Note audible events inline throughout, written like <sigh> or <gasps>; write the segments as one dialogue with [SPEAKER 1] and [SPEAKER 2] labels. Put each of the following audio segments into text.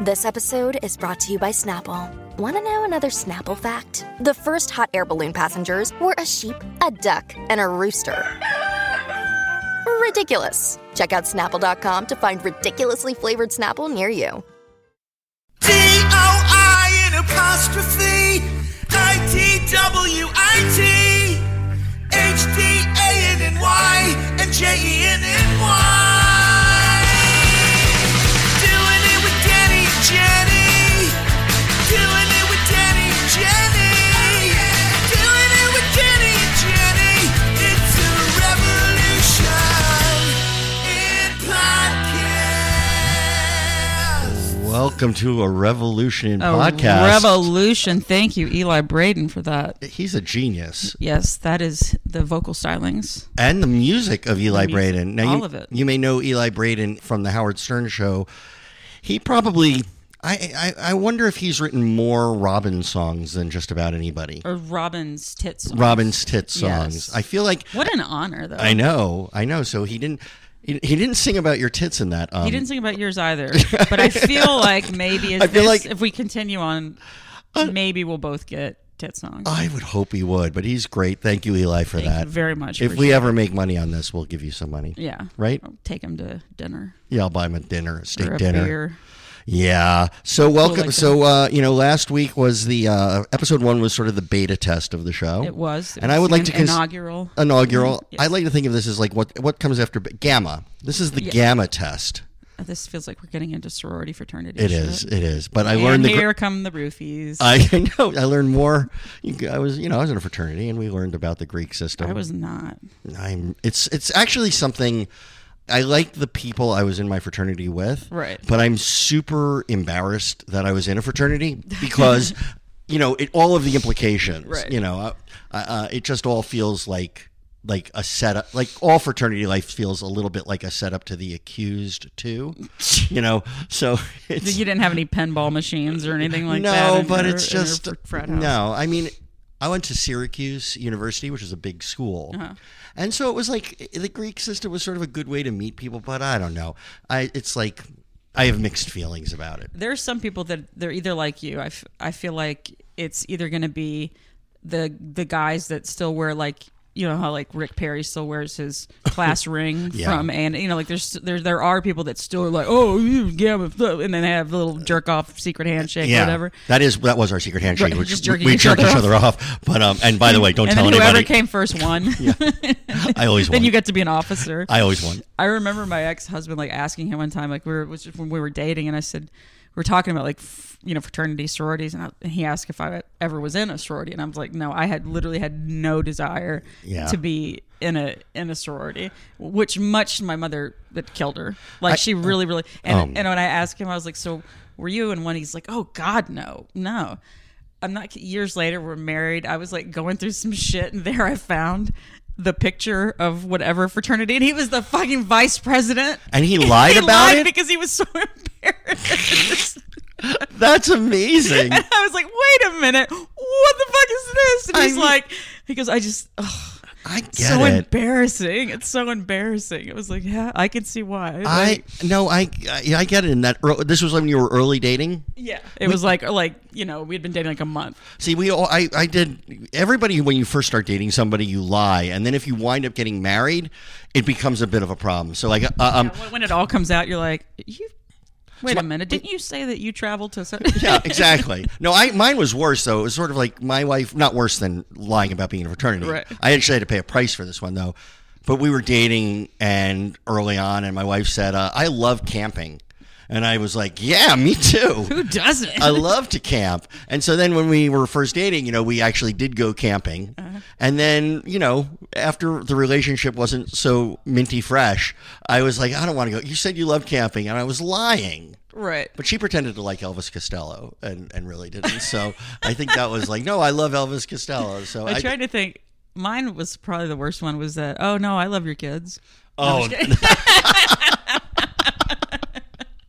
[SPEAKER 1] This episode is brought to you by Snapple. Want to know another Snapple fact? The first hot air balloon passengers were a sheep, a duck, and a rooster. Ridiculous. Check out snapple.com to find ridiculously flavored Snapple near you.
[SPEAKER 2] D O I in apostrophe I T W I T H D A N N Y and J E N N Y. Doing it with Danny and Jenny. Doing it with Danny and Jenny. Doing it with Danny and Jenny. It's a revolution in podcast.
[SPEAKER 3] Welcome to a revolution in
[SPEAKER 4] A
[SPEAKER 3] podcast.
[SPEAKER 4] Oh, Revolution. Thank you, Eli Braden, for that.
[SPEAKER 3] He's a genius,
[SPEAKER 4] Yes, that is the vocal stylings.
[SPEAKER 3] and the music of Eli
[SPEAKER 4] music,
[SPEAKER 3] Braden. Now, you,
[SPEAKER 4] all of it.
[SPEAKER 3] You may know Eli Braden from the Howard Stern Show. He probably, I, I, I wonder if he's written more Robin songs than just about anybody.
[SPEAKER 4] Or Robin's tits.
[SPEAKER 3] Robin's tit songs.
[SPEAKER 4] Yes.
[SPEAKER 3] I feel like
[SPEAKER 4] What an honor, though.
[SPEAKER 3] I know, I know. So he didn't, he, he didn't sing about your tits in that. Um,
[SPEAKER 4] He didn't sing about yours either,
[SPEAKER 3] <laughs>
[SPEAKER 4] but I feel like maybe
[SPEAKER 3] I
[SPEAKER 4] is
[SPEAKER 3] feel
[SPEAKER 4] this,
[SPEAKER 3] like-
[SPEAKER 4] if we continue on, maybe we'll both get tit songs.
[SPEAKER 3] I would hope he would, but he's great. Thank you, Eli, for
[SPEAKER 4] Thank
[SPEAKER 3] that.
[SPEAKER 4] you very much.
[SPEAKER 3] if
[SPEAKER 4] Appreciate
[SPEAKER 3] we ever make money on this, we'll give you some money.
[SPEAKER 4] it. yeah,
[SPEAKER 3] Right?
[SPEAKER 4] I'll take him to dinner
[SPEAKER 3] Yeah, I'll buy him a dinner, a steak
[SPEAKER 4] or a
[SPEAKER 3] dinner.
[SPEAKER 4] beer.
[SPEAKER 3] Yeah. So welcome.
[SPEAKER 4] like that.
[SPEAKER 3] so uh, you know, last week was the uh, episode one was sort of the beta test of the show.
[SPEAKER 4] It was, it
[SPEAKER 3] and I
[SPEAKER 4] was
[SPEAKER 3] would like
[SPEAKER 4] an
[SPEAKER 3] to cons-
[SPEAKER 4] inaugural. Mm-hmm.
[SPEAKER 3] Inaugural.
[SPEAKER 4] Yes.
[SPEAKER 3] I like to think of this as like what what comes after b- gamma. This is the gamma test.
[SPEAKER 4] Uh, this feels like we're getting into sorority fraternity.
[SPEAKER 3] It
[SPEAKER 4] shit.
[SPEAKER 3] is. It is. But I
[SPEAKER 4] And
[SPEAKER 3] learned the. gr-
[SPEAKER 4] here come the roofies. <laughs>
[SPEAKER 3] I I know. I learned more. You g- I was, you know, I was in a fraternity, and we learned about the Greek system.
[SPEAKER 4] I was not.
[SPEAKER 3] I'm. It's. It's actually something. I like the people I was in my fraternity with.
[SPEAKER 4] Right.
[SPEAKER 3] But I'm super embarrassed that I was in a fraternity
[SPEAKER 4] <laughs>
[SPEAKER 3] because, you know, it all of the implications.
[SPEAKER 4] Right.
[SPEAKER 3] You know, uh, uh, it just all feels like like a setup. Like all fraternity life feels a little bit like a setup to the accused
[SPEAKER 4] <laughs>
[SPEAKER 3] too. You know, so it's
[SPEAKER 4] You didn't have any pinball machines or anything like that.
[SPEAKER 3] no,
[SPEAKER 4] in
[SPEAKER 3] but
[SPEAKER 4] your-
[SPEAKER 3] it's
[SPEAKER 4] in your
[SPEAKER 3] just
[SPEAKER 4] fr- frat house?
[SPEAKER 3] no. I mean, I went to Syracuse University, which is a big school,
[SPEAKER 4] Uh-huh.
[SPEAKER 3] and so it was like the Greek system was sort of a good way to meet people. But I don't know. I it's like I have mixed feelings about it.
[SPEAKER 4] There are some people that they're either like you. I, f- I feel like it's either going to be the the guys that still wear like you know how like Rick Perry still wears
[SPEAKER 3] <laughs>
[SPEAKER 4] his class ring from and you know like there's there there are people that still are like oh you gamma flu," and then they have a little jerk off secret handshake or whatever.
[SPEAKER 3] that is that was our secret handshake.
[SPEAKER 4] Right,
[SPEAKER 3] which
[SPEAKER 4] just
[SPEAKER 3] we
[SPEAKER 4] jerking
[SPEAKER 3] we
[SPEAKER 4] each
[SPEAKER 3] jerked
[SPEAKER 4] other
[SPEAKER 3] each
[SPEAKER 4] off.
[SPEAKER 3] other off. But um, and by the way, don't
[SPEAKER 4] and
[SPEAKER 3] tell
[SPEAKER 4] then
[SPEAKER 3] anybody.
[SPEAKER 4] whoever came first won.
[SPEAKER 3] <laughs> I always
[SPEAKER 4] then
[SPEAKER 3] won.
[SPEAKER 4] you get to be an officer.
[SPEAKER 3] I always
[SPEAKER 4] <laughs>
[SPEAKER 3] won.
[SPEAKER 4] I remember my ex husband like asking him one time, like we were was just when we were dating, and I said we were talking about like f- you know fraternity sororities, and, I, and he asked if I ever was in a sorority, and I was like, no, I had literally had no desire
[SPEAKER 3] Yeah.
[SPEAKER 4] to be in a in a sorority, which much to my mother that killed her. Like
[SPEAKER 3] uh,
[SPEAKER 4] she really really and
[SPEAKER 3] oh.
[SPEAKER 4] and when I asked him, I was like, so were you in one? He's like, oh God, no, no. I'm not. Years later, we're married. I was like going through some shit, and there I found the picture of whatever fraternity, and he was the fucking vice president.
[SPEAKER 3] And he lied
[SPEAKER 4] He
[SPEAKER 3] about
[SPEAKER 4] lied
[SPEAKER 3] it.
[SPEAKER 4] because he was so <laughs> embarrassed.
[SPEAKER 3] That's
[SPEAKER 4] <laughs>
[SPEAKER 3] amazing.
[SPEAKER 4] And I was like, "Wait a minute, what the fuck is this?" And
[SPEAKER 3] I
[SPEAKER 4] he's
[SPEAKER 3] mean-
[SPEAKER 4] like, "He goes, I just ugh,
[SPEAKER 3] I get
[SPEAKER 4] so
[SPEAKER 3] it.
[SPEAKER 4] embarrassing. It's so embarrassing." It was like, "Yeah, I can see why."
[SPEAKER 3] I
[SPEAKER 4] Like,
[SPEAKER 3] no, I I I get it. In that ear- this was when you were early dating.
[SPEAKER 4] yeah, it was like like you know we had been dating like a month.
[SPEAKER 3] See, we all, I, I did, everybody, when you first start dating somebody, you lie. And then if you wind up getting married, it becomes a bit of a problem. So, like, uh, um,
[SPEAKER 4] When- When it all comes out, you're like, "You wait a minute, didn't you say that you traveled to?" Some-
[SPEAKER 3] <laughs> yeah, exactly. No, I mine was worse though. It was sort of like my wife, not worse than lying about being in a fraternity.
[SPEAKER 4] Right.
[SPEAKER 3] I actually had to pay a price for this one though. But we were dating and early on, and my wife said, uh, "I love camping," And I was like, yeah, me too.
[SPEAKER 4] <laughs> Who doesn't?
[SPEAKER 3] I love to camp. And so then when we were first dating, you know, we actually did go camping.
[SPEAKER 4] Uh-huh.
[SPEAKER 3] And then, you know, after the relationship wasn't so minty fresh, I was like, I don't want to go. You said you love camping, and I was lying.
[SPEAKER 4] right.
[SPEAKER 3] But she pretended to like Elvis Costello and, and really didn't. So I think that was like, no, I love Elvis Costello. So
[SPEAKER 4] I tried to think. Mine was probably the worst one. Was that? Oh no, I love
[SPEAKER 3] <laughs>
[SPEAKER 4] your kids.
[SPEAKER 3] Oh,
[SPEAKER 4] No,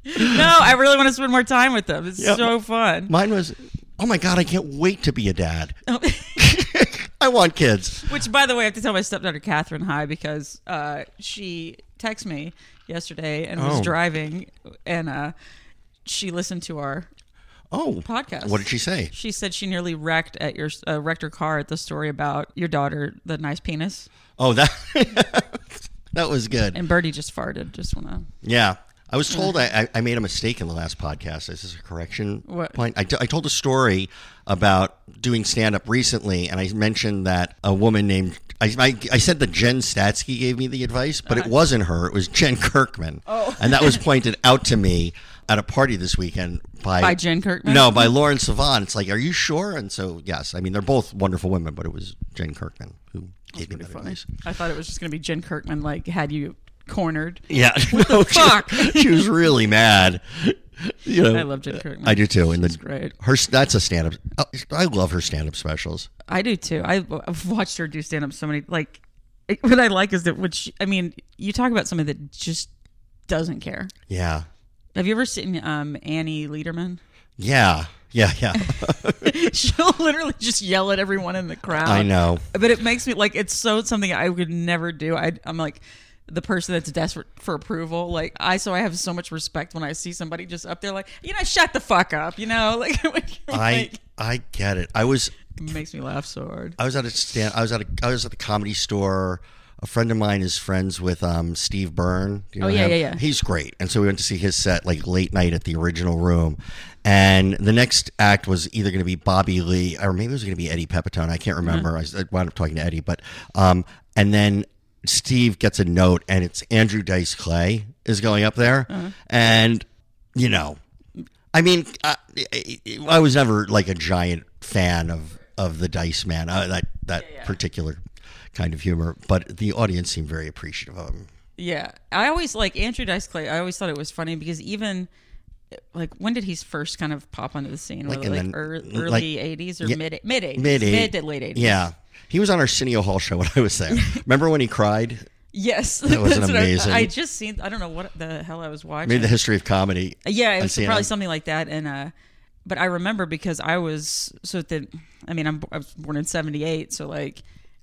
[SPEAKER 4] I really want to spend more time with them. It's
[SPEAKER 3] Yeah,
[SPEAKER 4] so fun.
[SPEAKER 3] mine was, oh my God, I can't wait to be a dad.
[SPEAKER 4] <laughs>
[SPEAKER 3] I want kids.
[SPEAKER 4] Which, by the way, I have to tell my stepdaughter Catherine hi because uh, she texted me yesterday and was
[SPEAKER 3] Oh.
[SPEAKER 4] driving, and uh, she listened to our
[SPEAKER 3] Oh,
[SPEAKER 4] Podcast.
[SPEAKER 3] What did she say?
[SPEAKER 4] She said she nearly wrecked at your uh, wrecked her car at the story about your daughter, the nice penis,
[SPEAKER 3] Oh, that <laughs> that was good.
[SPEAKER 4] and Birdie just farted. Just wanna.
[SPEAKER 3] Yeah. I was told I, I- I made a mistake in the last podcast. This is a correction
[SPEAKER 4] What?
[SPEAKER 3] point. I, t- I told a story about doing stand up recently, and I mentioned that a woman named, I, I, I said that Jen Statsky gave me the advice, but
[SPEAKER 4] Uh-huh.
[SPEAKER 3] it wasn't her. It was Jen Kirkman. Oh. And that
[SPEAKER 4] <laughs>
[SPEAKER 3] was pointed out to me at a party this weekend by,
[SPEAKER 4] By Jen Kirkman?
[SPEAKER 3] No, by Lauren Savant. It's like, are you sure? And so, yes. I mean, they're both wonderful women, but it was Jen Kirkman who gave me that advice.
[SPEAKER 4] I thought it was just gonna be Jen Kirkman, like had you cornered.
[SPEAKER 3] Yeah. <laughs> no, she-
[SPEAKER 4] fuck?
[SPEAKER 3] She, was really mad. You know,
[SPEAKER 4] I love Jen Kirkman.
[SPEAKER 3] Oh, uh, I do too. And the,
[SPEAKER 4] great.
[SPEAKER 3] Her that's a stand up. I love her stand up specials.
[SPEAKER 4] I do too. I, I've watched her do stand up so many. Like, it- what I like is that when she, I mean, you talk about somebody that just doesn't care.
[SPEAKER 3] Yeah.
[SPEAKER 4] Have you ever seen um, Annie Lederman? <laughs>
[SPEAKER 3] Yeah. Yeah. Yeah.
[SPEAKER 4] She'll literally just yell at everyone in the crowd.
[SPEAKER 3] I
[SPEAKER 4] <laughs>
[SPEAKER 3] know.
[SPEAKER 4] but it makes me like it's so something I would never do. I, I'm like the person that's desperate for approval. Like I, so I have so much respect when I see somebody just up there, like you know, shut the fuck up. You know, <laughs> like,
[SPEAKER 3] I
[SPEAKER 4] like,
[SPEAKER 3] I get it. I was
[SPEAKER 4] it makes me laugh so hard.
[SPEAKER 3] I was at a stand. I was at a, I was at the comedy store. A friend of mine is friends with um, Steve Byrne. Do you
[SPEAKER 4] Oh,
[SPEAKER 3] know
[SPEAKER 4] yeah,
[SPEAKER 3] him?
[SPEAKER 4] yeah, yeah.
[SPEAKER 3] He's great, and so we went to see his set like late night at the original room. And the next act was either going to be Bobby Lee or maybe it was going to be Eddie Pepitone. I can't
[SPEAKER 4] Uh-huh.
[SPEAKER 3] remember. I s- I wound up talking to Eddie, but um, and then Steve gets a note, and it's Andrew Dice Clay is going up there,
[SPEAKER 4] Uh-huh.
[SPEAKER 3] and you know I mean, I, I- I was never like a giant fan of of the Dice Man, uh, that that particular kind of humor, but the audience seemed very appreciative of him.
[SPEAKER 4] Yeah, I always like Andrew Dice Clay. I always thought it was funny because even like when did he first kind of pop onto the scene?
[SPEAKER 3] Like
[SPEAKER 4] Like,
[SPEAKER 3] in
[SPEAKER 4] like
[SPEAKER 3] the-
[SPEAKER 4] ear-
[SPEAKER 3] like-
[SPEAKER 4] early '80s or
[SPEAKER 3] Yeah.
[SPEAKER 4] mid mid '80s,
[SPEAKER 3] Mid
[SPEAKER 4] mid to late '80s.
[SPEAKER 3] yeah. He was on Arsenio Hall show when I was
[SPEAKER 4] <laughs>
[SPEAKER 3] there. Remember when he cried?
[SPEAKER 4] Yes, <laughs>
[SPEAKER 3] was an
[SPEAKER 4] That's what I-
[SPEAKER 3] amazing-
[SPEAKER 4] I, just seen. I don't know what the hell I was watching.
[SPEAKER 3] Made the history of comedy.
[SPEAKER 4] Yeah, it
[SPEAKER 3] on
[SPEAKER 4] was
[SPEAKER 3] CNN.
[SPEAKER 4] probably something like that. And uh, but I remember because I was so that I mean I'm I was born in '78, so like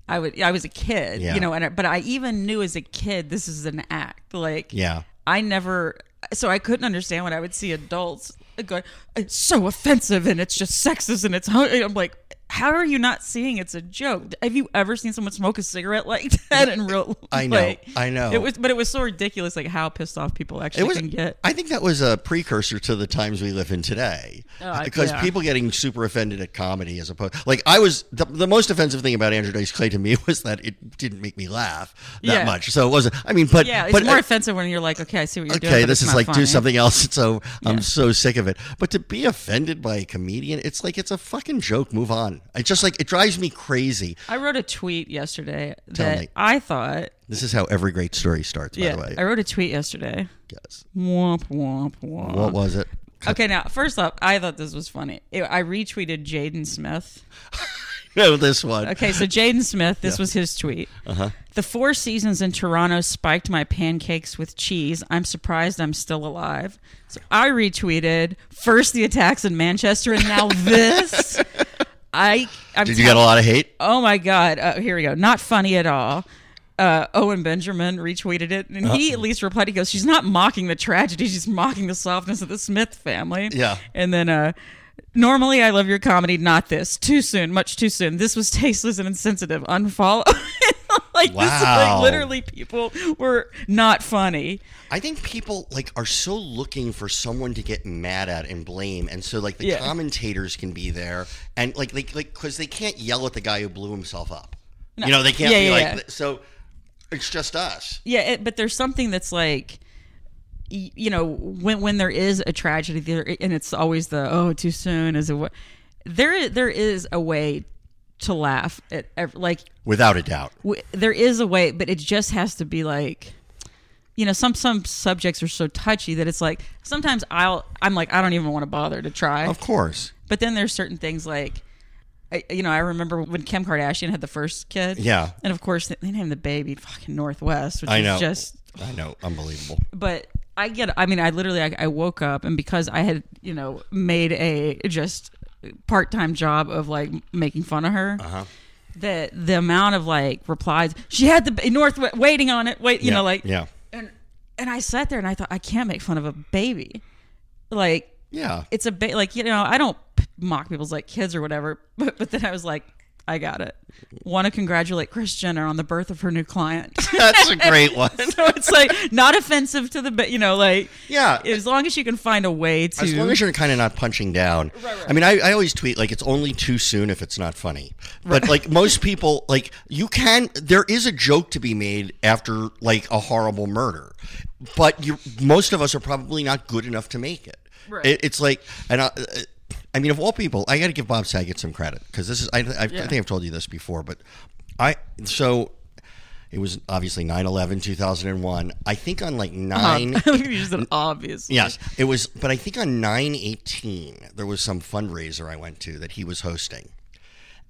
[SPEAKER 4] I would I was a kid,
[SPEAKER 3] Yeah.
[SPEAKER 4] you know. And I, but I even knew as a kid this is an act. Like
[SPEAKER 3] Yeah.
[SPEAKER 4] I never so I couldn't understand when I would see adults going it's so offensive and it's just sexist and it's hu-" I'm like. How are you not seeing it's a joke? Have you ever seen someone smoke a cigarette like <laughs> that in real?
[SPEAKER 3] <laughs> I know,
[SPEAKER 4] like,
[SPEAKER 3] I know.
[SPEAKER 4] It was, but it was so ridiculous, like how pissed off people actually
[SPEAKER 3] It was.
[SPEAKER 4] can get.
[SPEAKER 3] I think that was a precursor to the times we live in today,
[SPEAKER 4] Oh, I-
[SPEAKER 3] because
[SPEAKER 4] yeah.
[SPEAKER 3] people getting super offended at comedy as opposed, like I was. The, the most offensive thing about Andrew Dice Clay to me <laughs> was that it didn't make me laugh that
[SPEAKER 4] Yeah.
[SPEAKER 3] much. So it wasn't. I mean, but
[SPEAKER 4] Yeah, it's
[SPEAKER 3] but uh,
[SPEAKER 4] more offensive when you're like, okay, I see what you're doing.
[SPEAKER 3] okay,
[SPEAKER 4] but
[SPEAKER 3] this
[SPEAKER 4] it's
[SPEAKER 3] is
[SPEAKER 4] not
[SPEAKER 3] like do
[SPEAKER 4] funny.
[SPEAKER 3] something else. and So I'm so sick of it. But to be offended by a comedian, it's like it's a fucking joke. Move on. It just like it drives me crazy.
[SPEAKER 4] I wrote a tweet yesterday
[SPEAKER 3] Tell
[SPEAKER 4] that
[SPEAKER 3] me.
[SPEAKER 4] I thought.
[SPEAKER 3] This is how every great story starts. By
[SPEAKER 4] yeah,
[SPEAKER 3] the way,
[SPEAKER 4] I wrote a tweet yesterday.
[SPEAKER 3] Yes.
[SPEAKER 4] Womp womp womp.
[SPEAKER 3] What was it? <laughs>
[SPEAKER 4] Okay, now first off, I thought this was funny. It- I retweeted Jaden Smith.
[SPEAKER 3] No, this one.
[SPEAKER 4] Okay, so Jaden Smith, this was his tweet. Uh-huh. The four seasons in Toronto spiked my pancakes with cheese. I'm surprised I'm still alive. So I retweeted first the attacks in Manchester and
[SPEAKER 3] <laughs>
[SPEAKER 4] now this. I I'm
[SPEAKER 3] Did you get a lot of hate?
[SPEAKER 4] Oh my God. Uh, here we go. Not funny at all. Uh, Owen Benjamin retweeted it, and
[SPEAKER 3] Uh-huh.
[SPEAKER 4] he at least replied. He goes, "She's not mocking the tragedy; she's mocking the softness of the Smith family."
[SPEAKER 3] Yeah.
[SPEAKER 4] And then, uh, normally I love your comedy, not this. Too soon, much too soon. This was tasteless and insensitive. Unfollow. <laughs> like this, is like
[SPEAKER 3] Wow.
[SPEAKER 4] literally, people were not funny.
[SPEAKER 3] I think people like are so looking for someone to get mad at and blame, and so like the
[SPEAKER 4] Yeah.
[SPEAKER 3] commentators can be there, and like they like because they can't yell at the guy who blew himself up. You know, they can't
[SPEAKER 4] Yeah,
[SPEAKER 3] be
[SPEAKER 4] yeah,
[SPEAKER 3] like
[SPEAKER 4] yeah.
[SPEAKER 3] th- so. It's just us.
[SPEAKER 4] Yeah, it, but there's something that's like y- you know when when there is a tragedy there and it's always the oh too soon is it what there there is a way to laugh at ev- like
[SPEAKER 3] without a doubt.
[SPEAKER 4] w- there is a way, but it just has to be like, you know, some some subjects are so touchy that it's like sometimes I'll I'm like I don't even want to bother to try.
[SPEAKER 3] Of course.
[SPEAKER 4] But then there's certain things like, I, you know, I remember when Kim Kardashian had the first kid.
[SPEAKER 3] Yeah.
[SPEAKER 4] and of course they named the baby fucking Northwest, which
[SPEAKER 3] I
[SPEAKER 4] is
[SPEAKER 3] know.
[SPEAKER 4] just.
[SPEAKER 3] I know. Unbelievable.
[SPEAKER 4] But I get. I mean, I literally I, I woke up and because I had you know made a just part time job of like making fun of her. Uh-huh. The the amount of like replies she had the ba- Northwest waiting on it. Wait, you
[SPEAKER 3] Yeah,
[SPEAKER 4] know, like
[SPEAKER 3] yeah.
[SPEAKER 4] and and I sat there and I thought I can't make fun of a baby, like
[SPEAKER 3] Yeah.
[SPEAKER 4] it's a ba- like you know I don't p- mock people's like kids or whatever, <laughs> but but then I was like. I got it. Want to congratulate Chris Jenner on the birth of her new client. <laughs>
[SPEAKER 3] That's a great one.
[SPEAKER 4] so it's like not offensive to the, ba- you know, like
[SPEAKER 3] Yeah.
[SPEAKER 4] as long as you can find a way to.
[SPEAKER 3] As long as you're kind of not punching down. I mean, I, I always tweet like it's only too soon if it's not funny. But like most people, like you can, there is a joke to be made after like a horrible murder, but you most of us are probably not good enough to make it.
[SPEAKER 4] Right.
[SPEAKER 3] It, it's like, and I, uh, I mean, of all people, I got to give Bob Saget some credit because this is, I, I, I think I've told you this before, but I, so. It was obviously 9 11, 2001. I think on like
[SPEAKER 4] <laughs>
[SPEAKER 3] 9
[SPEAKER 4] you just an obvious.
[SPEAKER 3] Yes, it was. But I think on nine eighteen, there was some fundraiser I went to that he was hosting,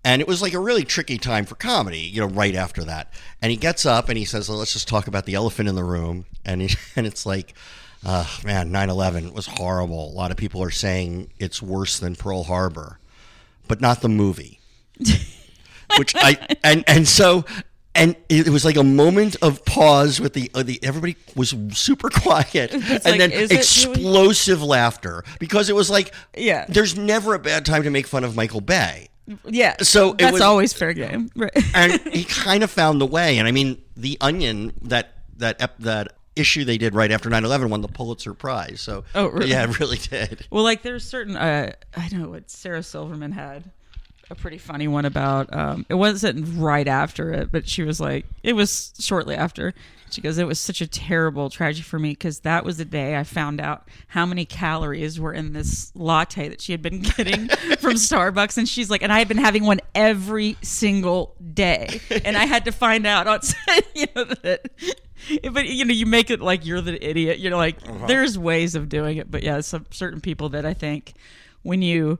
[SPEAKER 3] and it was like a really tricky time for comedy. You know, right after that, and he gets up and he says, well, "Let's just talk about the elephant in the room," and he, <laughs> and it's like. Uh, man, 9 11 was horrible. A lot of people are saying it's worse than Pearl Harbor, but not the movie which I and and so and it was like a moment of pause with the, uh, the everybody was super <laughs> quiet and
[SPEAKER 4] like,
[SPEAKER 3] then
[SPEAKER 4] is it really-
[SPEAKER 3] explosive laughter because it was like
[SPEAKER 4] Yeah.
[SPEAKER 3] there's never a bad time to make fun of Michael Bay
[SPEAKER 4] Yeah.
[SPEAKER 3] So it
[SPEAKER 4] that's
[SPEAKER 3] was-
[SPEAKER 4] always fair game. Right.
[SPEAKER 3] and
[SPEAKER 4] <laughs>
[SPEAKER 3] he kind of found the way and I mean the Onion that that ep, that issue they did right after 9/11 won the Pulitzer Prize so
[SPEAKER 4] Oh, really?
[SPEAKER 3] yeah it really did
[SPEAKER 4] well, like there's certain. Uh, I know what Sarah Silverman had a pretty funny one about. Um, it wasn't right after it, but she was like, it was shortly after. She goes, it was such a terrible tragedy for me because that was the day I found out how many calories were in this latte that she had been <laughs> getting from Starbucks, and she's like, and I had been having one every single day, and I had to find out on, <laughs> you know that. <laughs> But you know, you make it like you're the idiot. You're like,
[SPEAKER 3] Uh-huh.
[SPEAKER 4] there's ways of doing it, but yeah, some certain people that I think when you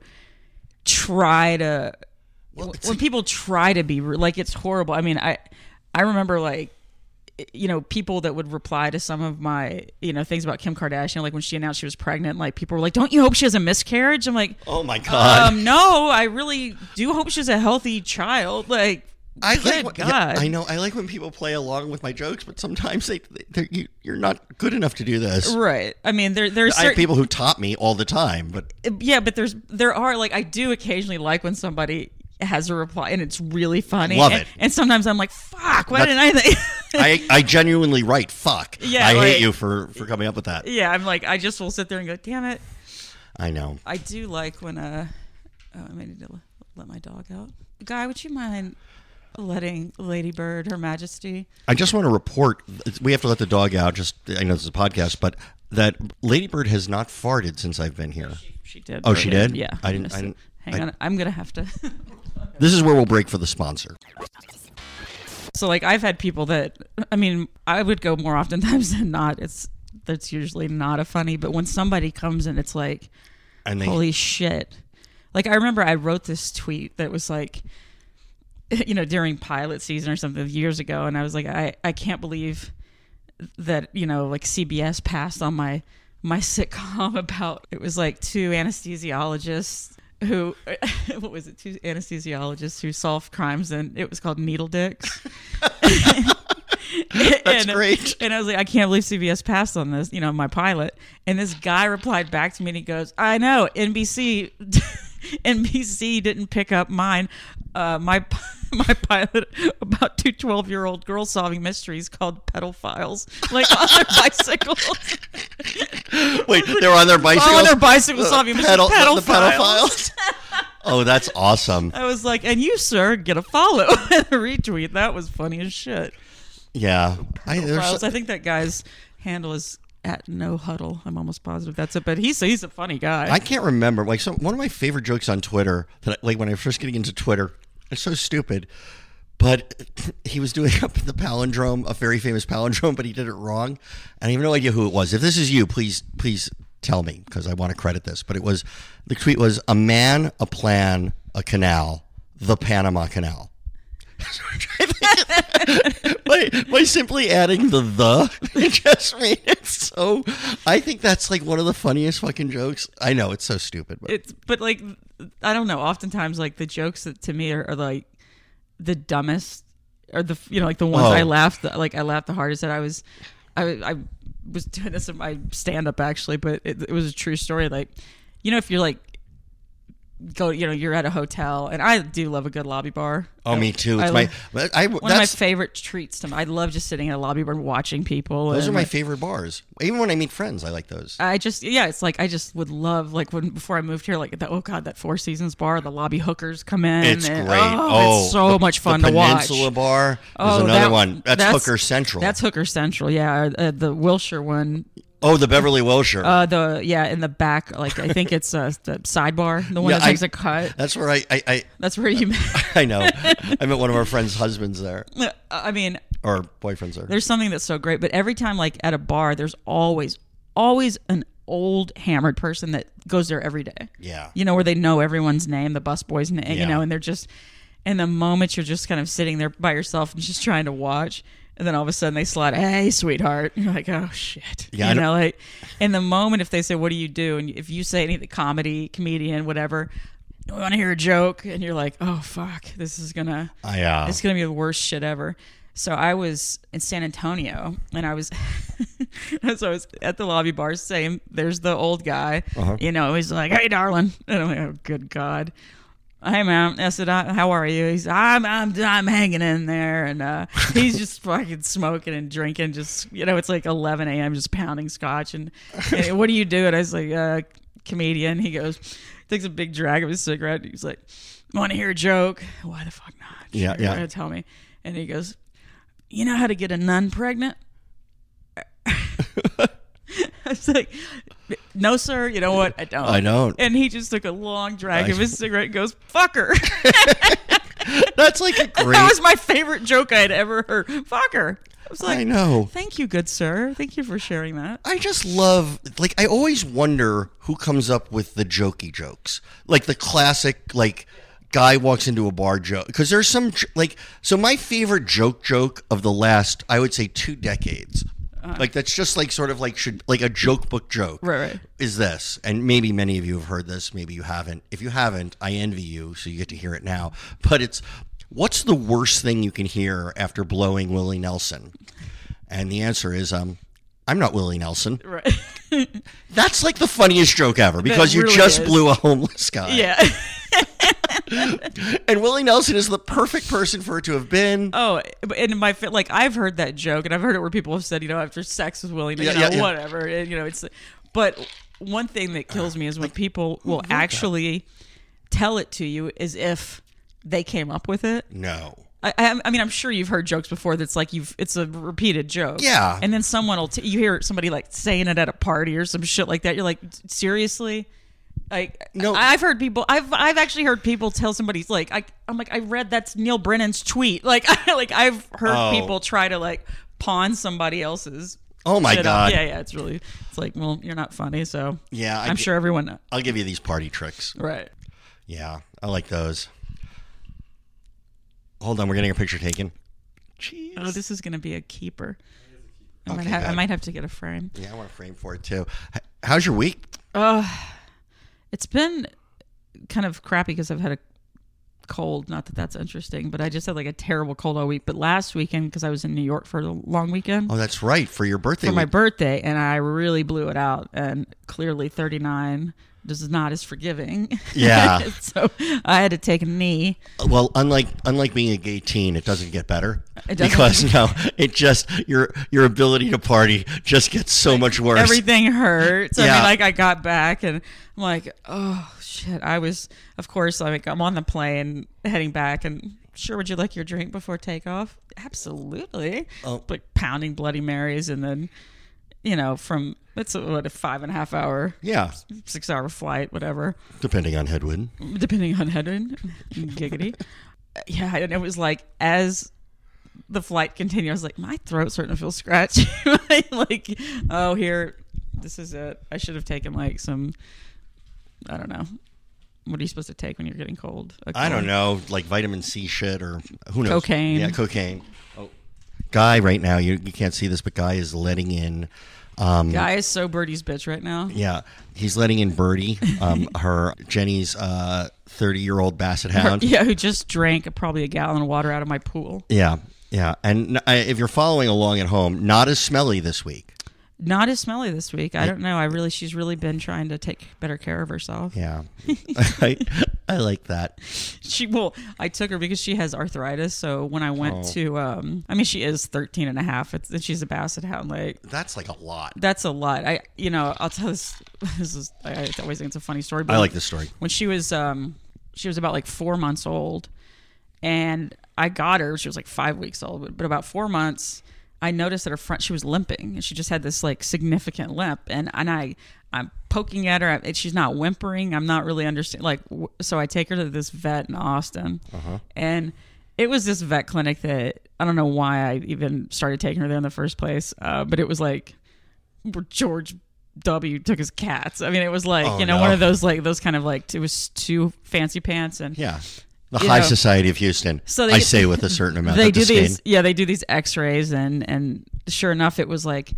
[SPEAKER 4] try to when people try to be rude, like it's horrible. I mean, I I remember like you know people that would reply to some of my you know things about Kim Kardashian, like when she announced she was pregnant, like people were like, "Don't you hope she has a miscarriage?" I'm like,
[SPEAKER 3] oh my god
[SPEAKER 4] um, no, I really do hope she's a healthy child. Like,
[SPEAKER 3] I
[SPEAKER 4] good
[SPEAKER 3] like,
[SPEAKER 4] God,
[SPEAKER 3] yeah, I know. I like when people play along with my jokes, but sometimes they, they they're- you, you're not good enough to do this.
[SPEAKER 4] right? I mean, there there's
[SPEAKER 3] I have
[SPEAKER 4] certain,
[SPEAKER 3] people who taught me all the time, but
[SPEAKER 4] yeah, <laughs> but there's there are like I do occasionally like when somebody has a reply and it's really funny.
[SPEAKER 3] Love
[SPEAKER 4] and,
[SPEAKER 3] it.
[SPEAKER 4] And sometimes I'm like, fuck, why
[SPEAKER 3] That's-
[SPEAKER 4] didn't I?
[SPEAKER 3] <laughs>
[SPEAKER 4] think?
[SPEAKER 3] I, I genuinely write fuck.
[SPEAKER 4] Yeah,
[SPEAKER 3] I
[SPEAKER 4] like-
[SPEAKER 3] hate you for, for coming up with that.
[SPEAKER 4] <laughs> yeah, I'm like, I just will sit there and go, damn it.
[SPEAKER 3] I know.
[SPEAKER 4] I do like when uh oh I may need to l- let my dog out. Guy, would you mind letting Lady Bird, Her Majesty?
[SPEAKER 3] I just want to report. We have to let the dog out. Just I know this is a podcast, but that Ladybird has not farted since I've been here.
[SPEAKER 4] She did.
[SPEAKER 3] Oh, she
[SPEAKER 4] really.
[SPEAKER 3] did?
[SPEAKER 4] Yeah.
[SPEAKER 3] I didn't-
[SPEAKER 4] missed
[SPEAKER 3] I
[SPEAKER 4] it.
[SPEAKER 3] didn't-
[SPEAKER 4] Hang
[SPEAKER 3] I-
[SPEAKER 4] on, I'm gonna have to. <laughs>
[SPEAKER 3] This is where we'll break for the sponsor.
[SPEAKER 4] so, like, I've had people that, I mean, I would go more <laughs> oftentimes than not. It's that's usually not a funny, but when somebody comes and it's like,
[SPEAKER 3] And they <laughs>
[SPEAKER 4] Holy shit. Like I remember I wrote this tweet that was like <laughs> you know, during pilot season or something years ago and I was like I I can't believe that, you know, like CBS passed on my my <laughs> sitcom about it was like two anesthesiologists who <laughs> what was it two anesthesiologists who solved crimes and it was called needle <laughs> dicks
[SPEAKER 3] <laughs> That's
[SPEAKER 4] and,
[SPEAKER 3] great.
[SPEAKER 4] <laughs> And I was like, I can't believe CBS passed on this, you know, my pilot. And this guy replied back to me and he goes, I know, <laughs> NBC NBC didn't pick up mine. Uh, my <laughs> my pilot about two 12 year old girls solving mysteries called pedophiles, like on
[SPEAKER 3] <laughs>
[SPEAKER 4] their bicycles.
[SPEAKER 3] wait. They're on their bicycles.
[SPEAKER 4] on their bicycles solving mysteries.
[SPEAKER 3] Pedal- the pedophiles.
[SPEAKER 4] pedophiles.
[SPEAKER 3] <laughs> oh, that's awesome.
[SPEAKER 4] I was like, and you, sir, get a follow <laughs> and a retweet. That was funny as shit.
[SPEAKER 3] Yeah. I, there's-
[SPEAKER 4] Pedophiles. I think that guy's handle is at No Huddle. I'm almost positive that's it. But he's he's a funny guy.
[SPEAKER 3] I can't remember. Like some one of my favorite jokes on Twitter that I- like when I was first getting into Twitter, it's so stupid. But <laughs> he was doing up the palindrome, a very famous palindrome, but he did it wrong. And I have no idea who it was. If this is you, please please tell me because I want to credit this. But it was the tweet was a man, a plan, a canal, the Panama Canal. <laughs> by, by simply adding the the <laughs> it just made it so i think that's like one of the funniest fucking jokes i know it's so stupid but
[SPEAKER 4] it's but like I don't know. Oftentimes, like the jokes that to me are, are like the dumbest, or the you know like the ones
[SPEAKER 3] Oh.
[SPEAKER 4] I laughed the, like I laughed the hardest at. I was, I I was doing this in my stand up actually, but it, it was a true story. Like you know if you're like go you know you're at a hotel, and I do love a good lobby bar.
[SPEAKER 3] oh me too it's
[SPEAKER 4] I
[SPEAKER 3] my
[SPEAKER 4] love-
[SPEAKER 3] but i
[SPEAKER 4] One of my
[SPEAKER 3] that's
[SPEAKER 4] favorite treats to me. I love just sitting at a lobby bar and watching people.
[SPEAKER 3] those are
[SPEAKER 4] and,
[SPEAKER 3] my
[SPEAKER 4] like,
[SPEAKER 3] favorite bars even when i meet friends i like those
[SPEAKER 4] I just yeah, it's like I just would love like when before I moved here, like the, oh god, that Four Seasons bar, the lobby hookers come in.
[SPEAKER 3] it's
[SPEAKER 4] and-
[SPEAKER 3] great
[SPEAKER 4] Oh, it's so
[SPEAKER 3] the-
[SPEAKER 4] much fun
[SPEAKER 3] the
[SPEAKER 4] to watch.
[SPEAKER 3] peninsula bar is
[SPEAKER 4] Oh,
[SPEAKER 3] another
[SPEAKER 4] that-
[SPEAKER 3] one that's,
[SPEAKER 4] that's-
[SPEAKER 3] hooker central
[SPEAKER 4] That's Hooker Central, yeah. or, Uh, the Wilshire one,
[SPEAKER 3] oh the beverly wilshire
[SPEAKER 4] uh, the yeah in the back, like I think it's uh, the sidebar, the one
[SPEAKER 3] Yeah,
[SPEAKER 4] that takes
[SPEAKER 3] I-
[SPEAKER 4] a cut.
[SPEAKER 3] that's where I, I i
[SPEAKER 4] That's where
[SPEAKER 3] <laughs>
[SPEAKER 4] you. <laughs>
[SPEAKER 3] i know i met one of our friends husbands there
[SPEAKER 4] I mean,
[SPEAKER 3] or boyfriends there
[SPEAKER 4] there's something that's so great, but every time like at a bar, there's always always an old hammered person that goes there every day.
[SPEAKER 3] yeah
[SPEAKER 4] you know, where they know everyone's name, the busboy's name,
[SPEAKER 3] Yeah.
[SPEAKER 4] you know, and they're just, in the moment you're just kind of sitting there by yourself and just trying to watch. And then all of a sudden they slide, hey, sweetheart. And you're like, oh, shit.
[SPEAKER 3] Yeah, I
[SPEAKER 4] you
[SPEAKER 3] don't-
[SPEAKER 4] know, like in the moment, if they say, what do you do? And if you say anything, comedy, comedian, whatever, we want to hear a joke. And you're like, oh, fuck, this is going to.
[SPEAKER 3] i uh
[SPEAKER 4] It's gonna be the worst shit ever. So I was in San Antonio, and I was, <laughs> so I was at the lobby bar. Same, there's the old guy. You know, he's like, "Hey, darling," and I'm like, "Oh, good god." Hey man, I said, "Uh, "How are you?" He's, "I'm, I'm, I'm hanging in there," and uh, he's just fucking smoking and drinking. Just you know, it's like 11 a.m. Just pounding scotch. And, and what do you do? And I was like, uh, "Comedian." He goes, takes a big drag of his cigarette. He's like, "Want to hear a joke?" Why the fuck not?
[SPEAKER 3] Yeah,
[SPEAKER 4] Sure,
[SPEAKER 3] yeah.
[SPEAKER 4] you're gonna Tell me. And he goes, "You know how to get a nun pregnant?" <laughs> I was like, "No, sir. You know what? I don't.
[SPEAKER 3] I don't.
[SPEAKER 4] And he just took a long drag
[SPEAKER 3] <laughs>
[SPEAKER 4] of his cigarette and goes, "Fucker."
[SPEAKER 3] that's like a great
[SPEAKER 4] <laughs> that was my favorite joke I had ever heard. Fucker. I was like,
[SPEAKER 3] i know
[SPEAKER 4] "Thank you, good sir. Thank you for sharing that."
[SPEAKER 3] I just love like I always wonder who comes up with the jokey jokes, like the classic like guy walks into a bar joke because there's some j- like so my favorite joke joke of the last I would say two decades. Like that's just like sort of like should like a joke book joke
[SPEAKER 4] Uh-huh. Right, right.
[SPEAKER 3] is this and maybe many of you have heard this maybe you haven't if you haven't I envy you so you get to hear it now but it's what's the worst thing you can hear after blowing Willie Nelson and the answer is um I'm not Willie Nelson
[SPEAKER 4] Right. <laughs>
[SPEAKER 3] that's like the funniest joke ever because you
[SPEAKER 4] really
[SPEAKER 3] just
[SPEAKER 4] is.
[SPEAKER 3] blew a homeless guy.
[SPEAKER 4] yeah.
[SPEAKER 3] And Willie Nelson is the perfect person for it to have been.
[SPEAKER 4] <laughs> Oh, but- and my fa- like I've heard that joke, and I've heard it where people have said, you know, after sex with Willie,
[SPEAKER 3] Yeah,
[SPEAKER 4] you know,
[SPEAKER 3] yeah, yeah.
[SPEAKER 4] whatever, and, you know, it's. But one thing that kills me is when people will actually tell it to you as if they came up with it.
[SPEAKER 3] no.
[SPEAKER 4] I, I, I mean, I'm sure you've heard jokes before that's like you've it's a repeated joke.
[SPEAKER 3] Yeah.
[SPEAKER 4] and then someone will t- you hear somebody like saying it at a party or some shit like that. You're like, seriously. Like
[SPEAKER 3] No.
[SPEAKER 4] no, I've heard people. I've I've actually heard people tell somebody's like I I'm like I read that's Neil Brennan's tweet. <laughs> Like I, like I've heard
[SPEAKER 3] Oh.
[SPEAKER 4] people try to like pawn somebody else's.
[SPEAKER 3] Oh my
[SPEAKER 4] shit off.
[SPEAKER 3] God.
[SPEAKER 4] Yeah, yeah. It's really it's like well you're not funny so
[SPEAKER 3] Yeah, I
[SPEAKER 4] I'm
[SPEAKER 3] get-
[SPEAKER 4] sure everyone
[SPEAKER 3] I'll give you these party tricks.
[SPEAKER 4] right.
[SPEAKER 3] Yeah, I like those. Hold on, we're getting a picture taken. Jeez.
[SPEAKER 4] Oh, this is gonna be a keeper. I might
[SPEAKER 3] Okay,
[SPEAKER 4] have I
[SPEAKER 3] good.
[SPEAKER 4] might have to get a frame.
[SPEAKER 3] Yeah, I want to frame for it too. H- How's your week?
[SPEAKER 4] It's been kind of crappy because I've had a cold. Not that that's interesting, but I just had like a terrible cold all week. But last weekend, because I was in New York for the long weekend
[SPEAKER 3] Oh, that's right, for your birthday.
[SPEAKER 4] for my
[SPEAKER 3] week.
[SPEAKER 4] birthday, and I really blew it out. And clearly, 39 is not as forgiving.
[SPEAKER 3] Yeah.
[SPEAKER 4] <laughs> so I had to take a knee.
[SPEAKER 3] well, unlike unlike being a gay teen, it doesn't get better.
[SPEAKER 4] It doesn't.
[SPEAKER 3] Because no, it just your your ability to party just gets so much worse.
[SPEAKER 4] Everything hurts. I
[SPEAKER 3] Yeah.
[SPEAKER 4] mean, like I got back and I'm like, oh shit. I was, of course, like I'm on the plane heading back and sure, would you like your drink before takeoff? Absolutely. Like pounding Bloody Marys and then you know, from it's a, what a five and a half hour,
[SPEAKER 3] Yeah,
[SPEAKER 4] six hour flight, whatever,
[SPEAKER 3] depending on Hedwig.
[SPEAKER 4] depending on headwind, giggity. Yeah, and it was like as the flight continued, I was like, my throat's starting to feel scratchy. <laughs> like, oh, here, this is it. I should have taken like some, I don't know. What are you supposed to take when you're getting cold? A
[SPEAKER 3] I
[SPEAKER 4] cold-
[SPEAKER 3] don't know, like vitamin C shit or who knows.
[SPEAKER 4] Cocaine.
[SPEAKER 3] Yeah, cocaine. Oh, guy, right now you you can't see this, but guy is letting in. Um,
[SPEAKER 4] Guy is so birdie's bitch right now.
[SPEAKER 3] Yeah, he's letting in Birdie, um,
[SPEAKER 4] <laughs>
[SPEAKER 3] her Jenny's uh, thirty-year-old basset
[SPEAKER 4] <laughs>
[SPEAKER 3] hound.
[SPEAKER 4] Yeah, who just drank probably a gallon of water out of my pool.
[SPEAKER 3] yeah, yeah. And uh, if you're following along at home, not as smelly this week.
[SPEAKER 4] Not as smelly this week. I don't know. I really, she's really been trying to take better care of herself. <laughs>
[SPEAKER 3] Yeah, I, I like that.
[SPEAKER 4] She, well, I took her because she has arthritis. So when I went to, um, I mean, she is 13 and a half. It's, and she's a basset hound. Like,
[SPEAKER 3] That's like a lot.
[SPEAKER 4] that's a lot. I, you know, I'll tell this. <laughs> This is, I I always think it's a funny story. But
[SPEAKER 3] I like this story.
[SPEAKER 4] When she was, um, she was about like four months old, and I got her. She was like five weeks old, but, but about four months, I noticed that her front. She was limping, and she just had this like significant limp. And and I, I'm poking at her. I, and she's not whimpering. I'm not really understanding. Like, w- so I take her to this vet in Austin,
[SPEAKER 3] Uh-huh.
[SPEAKER 4] and it was this vet clinic that I don't know why I even started taking her there in the first place. Uh, but it was like where George W took his cats. I mean, it was like
[SPEAKER 3] Oh,
[SPEAKER 4] you know
[SPEAKER 3] no.
[SPEAKER 4] one of those like those kind of like it was too fancy pants and
[SPEAKER 3] Yeah, the
[SPEAKER 4] You
[SPEAKER 3] high
[SPEAKER 4] know.
[SPEAKER 3] society of Houston.
[SPEAKER 4] So they-
[SPEAKER 3] I say with a certain amount
[SPEAKER 4] they
[SPEAKER 3] of
[SPEAKER 4] do
[SPEAKER 3] disdain.
[SPEAKER 4] these yeah they do these X-rays and and sure enough it was like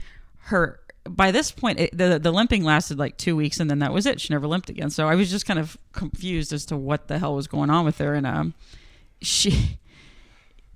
[SPEAKER 4] her by this point it, the the limping lasted like two weeks and then that was it she never limped again so I was just kind of confused as to what the hell was going on with her and um she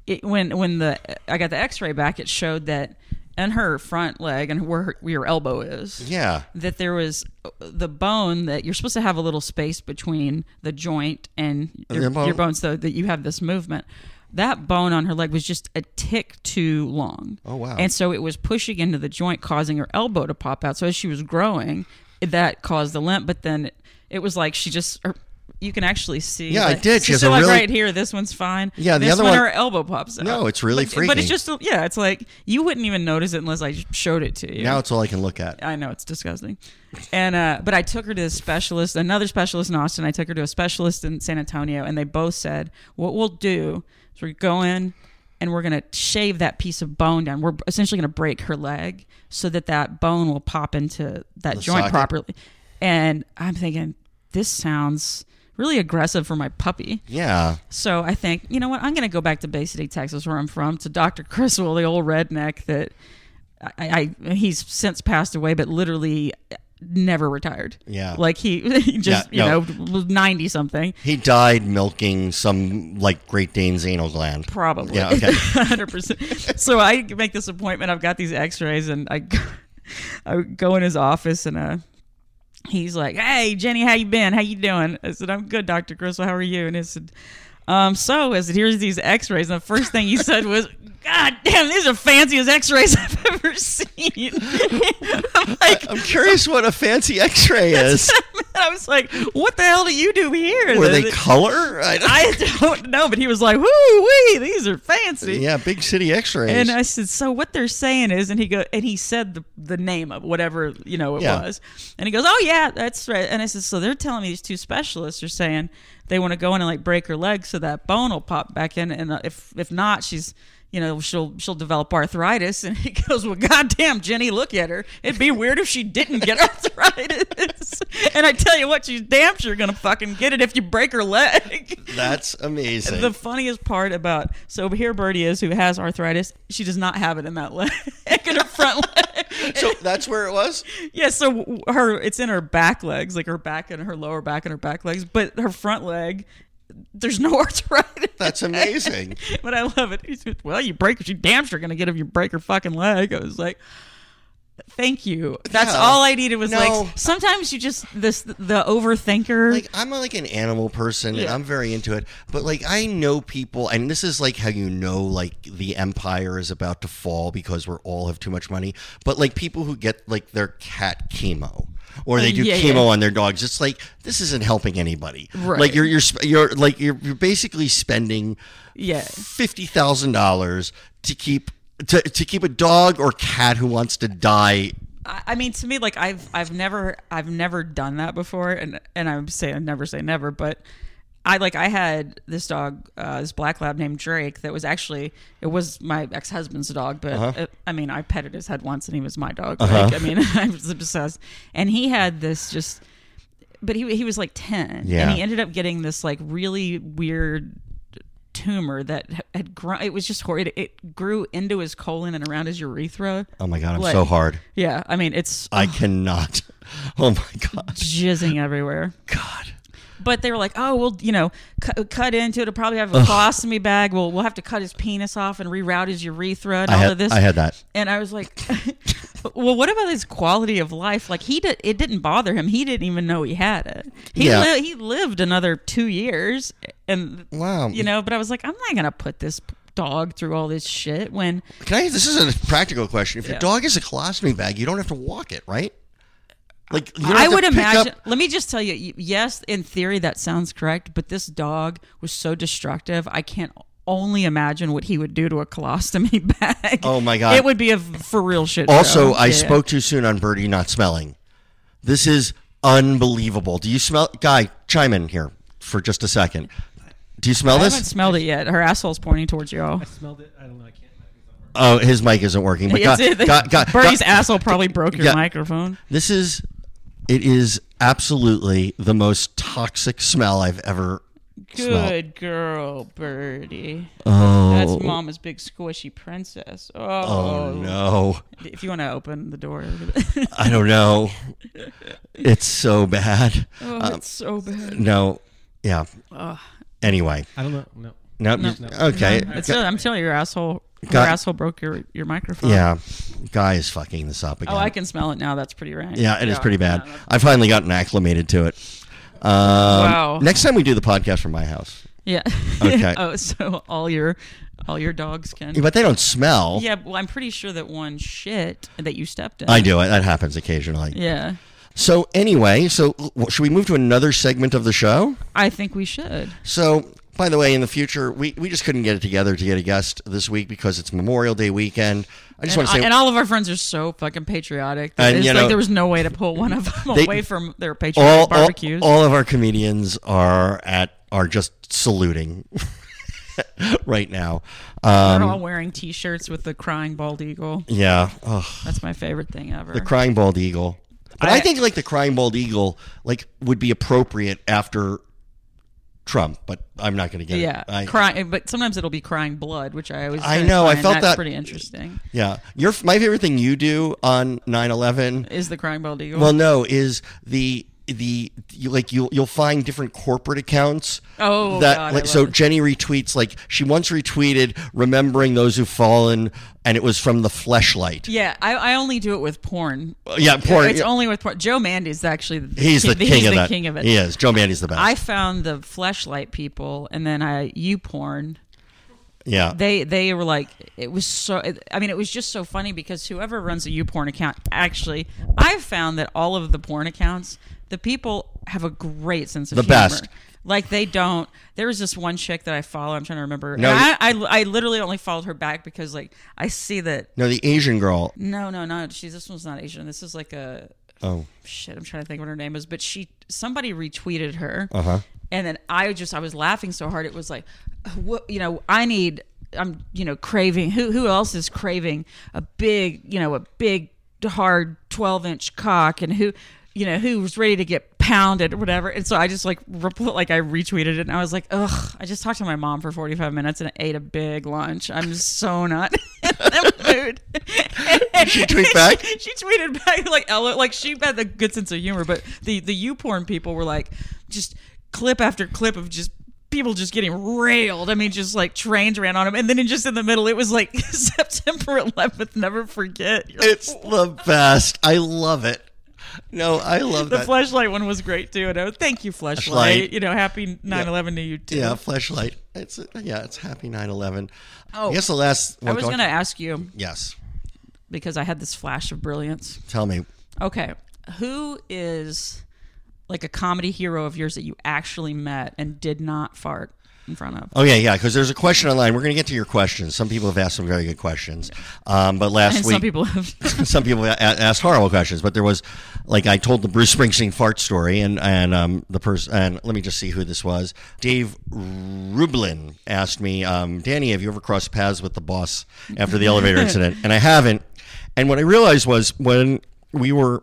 [SPEAKER 4] it, when when the I got the X-ray back it showed that in her front leg and where her, where your elbow is
[SPEAKER 3] Yeah,
[SPEAKER 4] that there was uh, the bone that you're supposed to have a little space between the joint and your,
[SPEAKER 3] The bone.
[SPEAKER 4] your bone so that you have this movement. That bone on her leg was just a tick too long.
[SPEAKER 3] Oh, wow.
[SPEAKER 4] And so it was pushing into the joint, causing her elbow to pop out. So as she was growing, that caused the limp. But then it was like she just. Her, you can actually see.
[SPEAKER 3] Yeah, I
[SPEAKER 4] like- <laughs>
[SPEAKER 3] did. She has a
[SPEAKER 4] so like
[SPEAKER 3] really-
[SPEAKER 4] right here. This one's fine.
[SPEAKER 3] Yeah, the
[SPEAKER 4] this
[SPEAKER 3] other
[SPEAKER 4] one,
[SPEAKER 3] one-
[SPEAKER 4] her elbow pops out.
[SPEAKER 3] No, it's really
[SPEAKER 4] Uh, but, But
[SPEAKER 3] freaking.
[SPEAKER 4] it's just yeah, it's like you wouldn't even notice it unless I showed it to you.
[SPEAKER 3] now it's all I can look at.
[SPEAKER 4] I know it's disgusting. And uh, but I took her to a specialist, another specialist in Austin. I took her to a specialist in San Antonio, and they both said, "What we'll do is we're going and we're gonna shave that piece of bone down. We're essentially gonna break her leg so that that bone will pop into that
[SPEAKER 3] The
[SPEAKER 4] joint
[SPEAKER 3] socket.
[SPEAKER 4] properly." And I'm thinking, this sounds really aggressive for my puppy.
[SPEAKER 3] Yeah,
[SPEAKER 4] So I think, you know what? I'm going to go back to Bay City, Texas, where I'm from, to <laughs> Dr. Criswell, the old redneck that I, I he's since passed away, but literally uh, never retired.
[SPEAKER 3] Yeah.
[SPEAKER 4] Like he, <laughs> he just,
[SPEAKER 3] Yeah, no.
[SPEAKER 4] you know, was 90 something,
[SPEAKER 3] he died milking some like Great Dane's anal gland.
[SPEAKER 4] probably.
[SPEAKER 3] Yeah,
[SPEAKER 4] <laughs>
[SPEAKER 3] okay.
[SPEAKER 4] 100%. So I make this appointment. I've got these x rays and I, go- I go in his office and uh, he's like, "Hey, Jenny, how you been? How you doing?" I said, "I'm good, Doctor Crystal. How are you?" And he said, "Um, so I said, here's these X-rays." And the first thing he said was, "God damn, these are fanciest X-rays I've ever seen." I'm like,
[SPEAKER 3] I'm curious what a fancy X-ray is.
[SPEAKER 4] I was like, "What the hell do you do here?"
[SPEAKER 3] Were they color? I don't-
[SPEAKER 4] I don't know, but he was like, "Woo wee, these are fancy."
[SPEAKER 3] <laughs> yeah, big city X-rays.
[SPEAKER 4] And I said, so what they're saying is, and he go, and he said the, the name of whatever you know it
[SPEAKER 3] Yeah.
[SPEAKER 4] was, and he goes, oh yeah, that's right. And I said, so they're telling me these two specialists are saying they want to go in and like break her leg so that bone will pop back in, and uh, if if not, she's you know she'll she'll develop arthritis. <laughs> And he goes, well, goddamn, Jenny, look at her. It'd be weird if she didn't get <laughs> arthritis. <laughs> and I tell you what, she's damn sure gonna fucking get it if you break her leg. <laughs>
[SPEAKER 3] That's amazing.
[SPEAKER 4] The funniest part about so here Birdie is who has arthritis. She does not have it in that <laughs> leg, in her front leg. <laughs>
[SPEAKER 3] so that's where it was.
[SPEAKER 4] Yeah, so her it's in her back legs, like her back and her lower back and her back legs, but her front leg, there's no <laughs> arthritis. <laughs>
[SPEAKER 3] That's amazing.
[SPEAKER 4] but I love it. He said, well, you break her. She damn sure gonna get it if you break her fucking leg. I was like. Thank you. That's
[SPEAKER 3] No.
[SPEAKER 4] all I needed was
[SPEAKER 3] No.
[SPEAKER 4] like sometimes you just this the overthinker.
[SPEAKER 3] Like I'm like an animal person, and
[SPEAKER 4] Yeah.
[SPEAKER 3] I'm very into it. But like I know people, and this is like how you know like the empire is about to fall because we're all have too much money. But like people who get like their cat chemo. Or they do
[SPEAKER 4] Oh, Yeah,
[SPEAKER 3] chemo
[SPEAKER 4] yeah.
[SPEAKER 3] on their dogs. It's like this isn't helping anybody.
[SPEAKER 4] Right.
[SPEAKER 3] Like you're you're sp- you're like you're, you're basically spending
[SPEAKER 4] yeah.
[SPEAKER 3] fifty thousand dollars to keep to, to keep a dog or cat who wants to die
[SPEAKER 4] I I mean, to me, like I've I've never I've never done that before, and and I'm saying never say never, but I like I had this dog, uh, this black lab named Drake, that was actually it was my ex husband's dog, but
[SPEAKER 3] Uh-huh.
[SPEAKER 4] uh, I mean, I petted his head once, and he was my dog. Like, I mean, <laughs> I was obsessed, and he had this just, but he he was like ten,
[SPEAKER 3] Yeah.
[SPEAKER 4] and he ended up getting this like really weird tumor that had grown it was just horrid it, it grew into his colon and around his urethra
[SPEAKER 3] Oh my god, I'm so
[SPEAKER 4] Like-
[SPEAKER 3] hard.
[SPEAKER 4] yeah, I mean it's
[SPEAKER 3] I cannot. <laughs> Oh my god.
[SPEAKER 4] jizzing everywhere.
[SPEAKER 3] God.
[SPEAKER 4] But they were like, "Oh, we'll you know cu- cut into it. It'll probably have a colostomy bag. We'll we'll have to cut his penis off and reroute his urethra and
[SPEAKER 3] I
[SPEAKER 4] all
[SPEAKER 3] had,
[SPEAKER 4] of this."
[SPEAKER 3] I had that.
[SPEAKER 4] and I was like, <laughs> "Well, what about his quality of life? Like he did. It didn't bother him. He didn't even know he had it. He
[SPEAKER 3] Yeah.
[SPEAKER 4] li- he lived another two years, and
[SPEAKER 3] Wow.
[SPEAKER 4] you know. But I was like, I'm not gonna put this dog through all this shit when
[SPEAKER 3] Can I? This is a practical question. If your
[SPEAKER 4] Yeah.
[SPEAKER 3] dog is a colostomy bag, you don't have to walk it, right? Like you don't
[SPEAKER 4] I
[SPEAKER 3] have to
[SPEAKER 4] would
[SPEAKER 3] pick
[SPEAKER 4] imagine.
[SPEAKER 3] up-
[SPEAKER 4] let me just tell you. y- Yes, in theory that sounds correct, but this dog was so destructive. I can't only imagine what he would do to a colostomy <laughs> bag.
[SPEAKER 3] Oh, my God.
[SPEAKER 4] It would be a v- for real shit.
[SPEAKER 3] also,
[SPEAKER 4] show.
[SPEAKER 3] I
[SPEAKER 4] Yeah, yeah.
[SPEAKER 3] spoke too soon on Birdie not smelling. This is unbelievable. Do you smell, guy? Chime in here for just a second. Do you smell
[SPEAKER 4] I haven't
[SPEAKER 3] this?
[SPEAKER 4] smelled it yet. Her asshole's pointing towards you. all.
[SPEAKER 5] Smelled it. I don't know. I can't.
[SPEAKER 3] Oh, his mic isn't working. <laughs> But
[SPEAKER 4] <laughs>
[SPEAKER 3] God,
[SPEAKER 4] It's-
[SPEAKER 3] God, God,
[SPEAKER 4] Birdie's
[SPEAKER 3] God-
[SPEAKER 4] asshole probably broke your
[SPEAKER 3] Yeah.
[SPEAKER 4] microphone.
[SPEAKER 3] This is. It is absolutely the most toxic smell I've ever smelled.
[SPEAKER 4] Good girl, Birdie. Oh, that's Mama's big squishy princess.
[SPEAKER 3] Oh
[SPEAKER 4] Oh,
[SPEAKER 3] no.
[SPEAKER 4] if you want to open the door,
[SPEAKER 3] I don't know. It's so bad.
[SPEAKER 4] oh, <laughs> it's so bad.
[SPEAKER 3] No. Yeah. Anyway.
[SPEAKER 5] I don't know. No.
[SPEAKER 3] No. you- Okay.
[SPEAKER 4] It's, I'm telling you, your asshole, your
[SPEAKER 3] Got-
[SPEAKER 4] asshole broke your, your microphone.
[SPEAKER 3] yeah. Guy is fucking this up again.
[SPEAKER 4] Oh, I can smell it now. That's pretty rank.
[SPEAKER 3] yeah, it is pretty bad. I've finally gotten acclimated to it. Um,
[SPEAKER 4] Wow.
[SPEAKER 3] Next time we do the podcast from my house,
[SPEAKER 4] Yeah.
[SPEAKER 3] Okay.
[SPEAKER 4] <laughs> oh, so all your all your dogs can.
[SPEAKER 3] but they don't smell.
[SPEAKER 4] Yeah. Well, I'm pretty sure that one shit that you stepped in.
[SPEAKER 3] I do it. That happens occasionally.
[SPEAKER 4] Yeah.
[SPEAKER 3] So anyway, so w- should we move to another segment of the show?
[SPEAKER 4] I think we should.
[SPEAKER 3] So, by the way, in the future, we, we just couldn't get it together to get a guest this week because it's Memorial Day weekend. I just
[SPEAKER 4] And,
[SPEAKER 3] want to say
[SPEAKER 4] and all of our friends are so fucking patriotic. that
[SPEAKER 3] And,
[SPEAKER 4] it's
[SPEAKER 3] you
[SPEAKER 4] like
[SPEAKER 3] know-
[SPEAKER 4] there was no way to pull one of them
[SPEAKER 3] They-
[SPEAKER 4] away from their patriotic
[SPEAKER 3] all, all,
[SPEAKER 4] barbecues.
[SPEAKER 3] all of our comedians are at are just saluting <laughs> right now. Um,
[SPEAKER 4] They're all wearing T-shirts with the crying bald eagle.
[SPEAKER 3] yeah, Ugh,
[SPEAKER 4] That's my favorite thing ever.
[SPEAKER 3] the crying bald eagle. But I,
[SPEAKER 4] I-
[SPEAKER 3] think like the crying bald eagle like would be appropriate after Trump, but I'm not going to get
[SPEAKER 4] yeah,
[SPEAKER 3] it. I,
[SPEAKER 4] crying, but sometimes it'll be crying blood, which I always.
[SPEAKER 3] I know, I
[SPEAKER 4] find
[SPEAKER 3] felt
[SPEAKER 4] that's
[SPEAKER 3] that-
[SPEAKER 4] pretty interesting.
[SPEAKER 3] yeah, your my favorite thing you do on 9/11
[SPEAKER 4] Is the crying bald eagle?
[SPEAKER 3] Well, no, is the the you, like you'll you'll find different corporate accounts.
[SPEAKER 4] Oh,
[SPEAKER 3] that
[SPEAKER 4] God, I
[SPEAKER 3] like
[SPEAKER 4] love
[SPEAKER 3] so
[SPEAKER 4] this.
[SPEAKER 3] Jenny retweets like she once retweeted remembering those who've fallen, and it was from the fleshlight.
[SPEAKER 4] yeah, I, I only do it with porn.
[SPEAKER 3] Yeah, porn.
[SPEAKER 4] It's only with porn. Joe Mandy's actually the,
[SPEAKER 3] he's the king
[SPEAKER 4] <laughs> he's
[SPEAKER 3] of
[SPEAKER 4] the
[SPEAKER 3] that.
[SPEAKER 4] king of it.
[SPEAKER 3] He is. Joe Mandy's the best.
[SPEAKER 4] I found the fleshlight people, and then I you porn.
[SPEAKER 3] yeah.
[SPEAKER 4] They they were like it was so. I mean, it was just so funny because whoever runs a you porn account actually, I've found that all of the porn accounts, the people have a great sense of
[SPEAKER 3] The
[SPEAKER 4] humor.
[SPEAKER 3] best.
[SPEAKER 4] Like they don't. There was this one chick that I follow. I'm trying to remember.
[SPEAKER 3] No,
[SPEAKER 4] and I, I I literally only followed her back because like I see that
[SPEAKER 3] no, the Asian girl.
[SPEAKER 4] No, no, no. She's this one's not Asian. This is like a
[SPEAKER 3] Oh,
[SPEAKER 4] shit. I'm trying to think what her name is, but she somebody retweeted her, uh-huh. and then I just I was laughing so hard it was like, what you know I need I'm you know craving who who else is craving a big you know a big hard 12 inch cock and who you know who's ready to get pounded or whatever and so i just like repl- like i retweeted it and i was like ugh i just talked to my mom for 45 minutes and ate a big lunch i'm so not <laughs> in the mood
[SPEAKER 3] she tweet back.
[SPEAKER 4] <laughs> she tweeted back like Ella, like she had the good sense of humor, but the the U porn people were like just clip after clip of just people just getting railed. I mean, just like trains ran on them, and then in- just in the middle, it was like <laughs> September 11th. Never forget. You're like,
[SPEAKER 3] It's the best. I love it. No, I love
[SPEAKER 4] the
[SPEAKER 3] that.
[SPEAKER 4] flashlight one was great too. And I, thank you, flashlight.
[SPEAKER 3] Fleshlight.
[SPEAKER 4] You know, happy 9/11 to you too.
[SPEAKER 3] yeah, fleshlight. It's yeah, it's happy 9/11.
[SPEAKER 4] Oh.
[SPEAKER 3] I guess the last.
[SPEAKER 4] I was gonna ask you
[SPEAKER 3] Yes,
[SPEAKER 4] because I had this flash of brilliance.
[SPEAKER 3] tell me.
[SPEAKER 4] Okay, who is like a comedy hero of yours that you actually met and did not fart? in front of.
[SPEAKER 3] Oh yeah, yeah. Because there's a question online. We're going to get to your questions. Some people have asked some very good questions. Um, but last
[SPEAKER 4] and
[SPEAKER 3] week,
[SPEAKER 4] some people have.
[SPEAKER 3] <laughs> some people a- asked horrible questions, but there was like I told the Bruce Springsteen fart story, and and um, the person and let me just see who this was. Dave Rublin asked me, um, Danny, have you ever crossed paths with the boss after the
[SPEAKER 4] <laughs>
[SPEAKER 3] elevator incident? And I haven't. And what I realized was when we were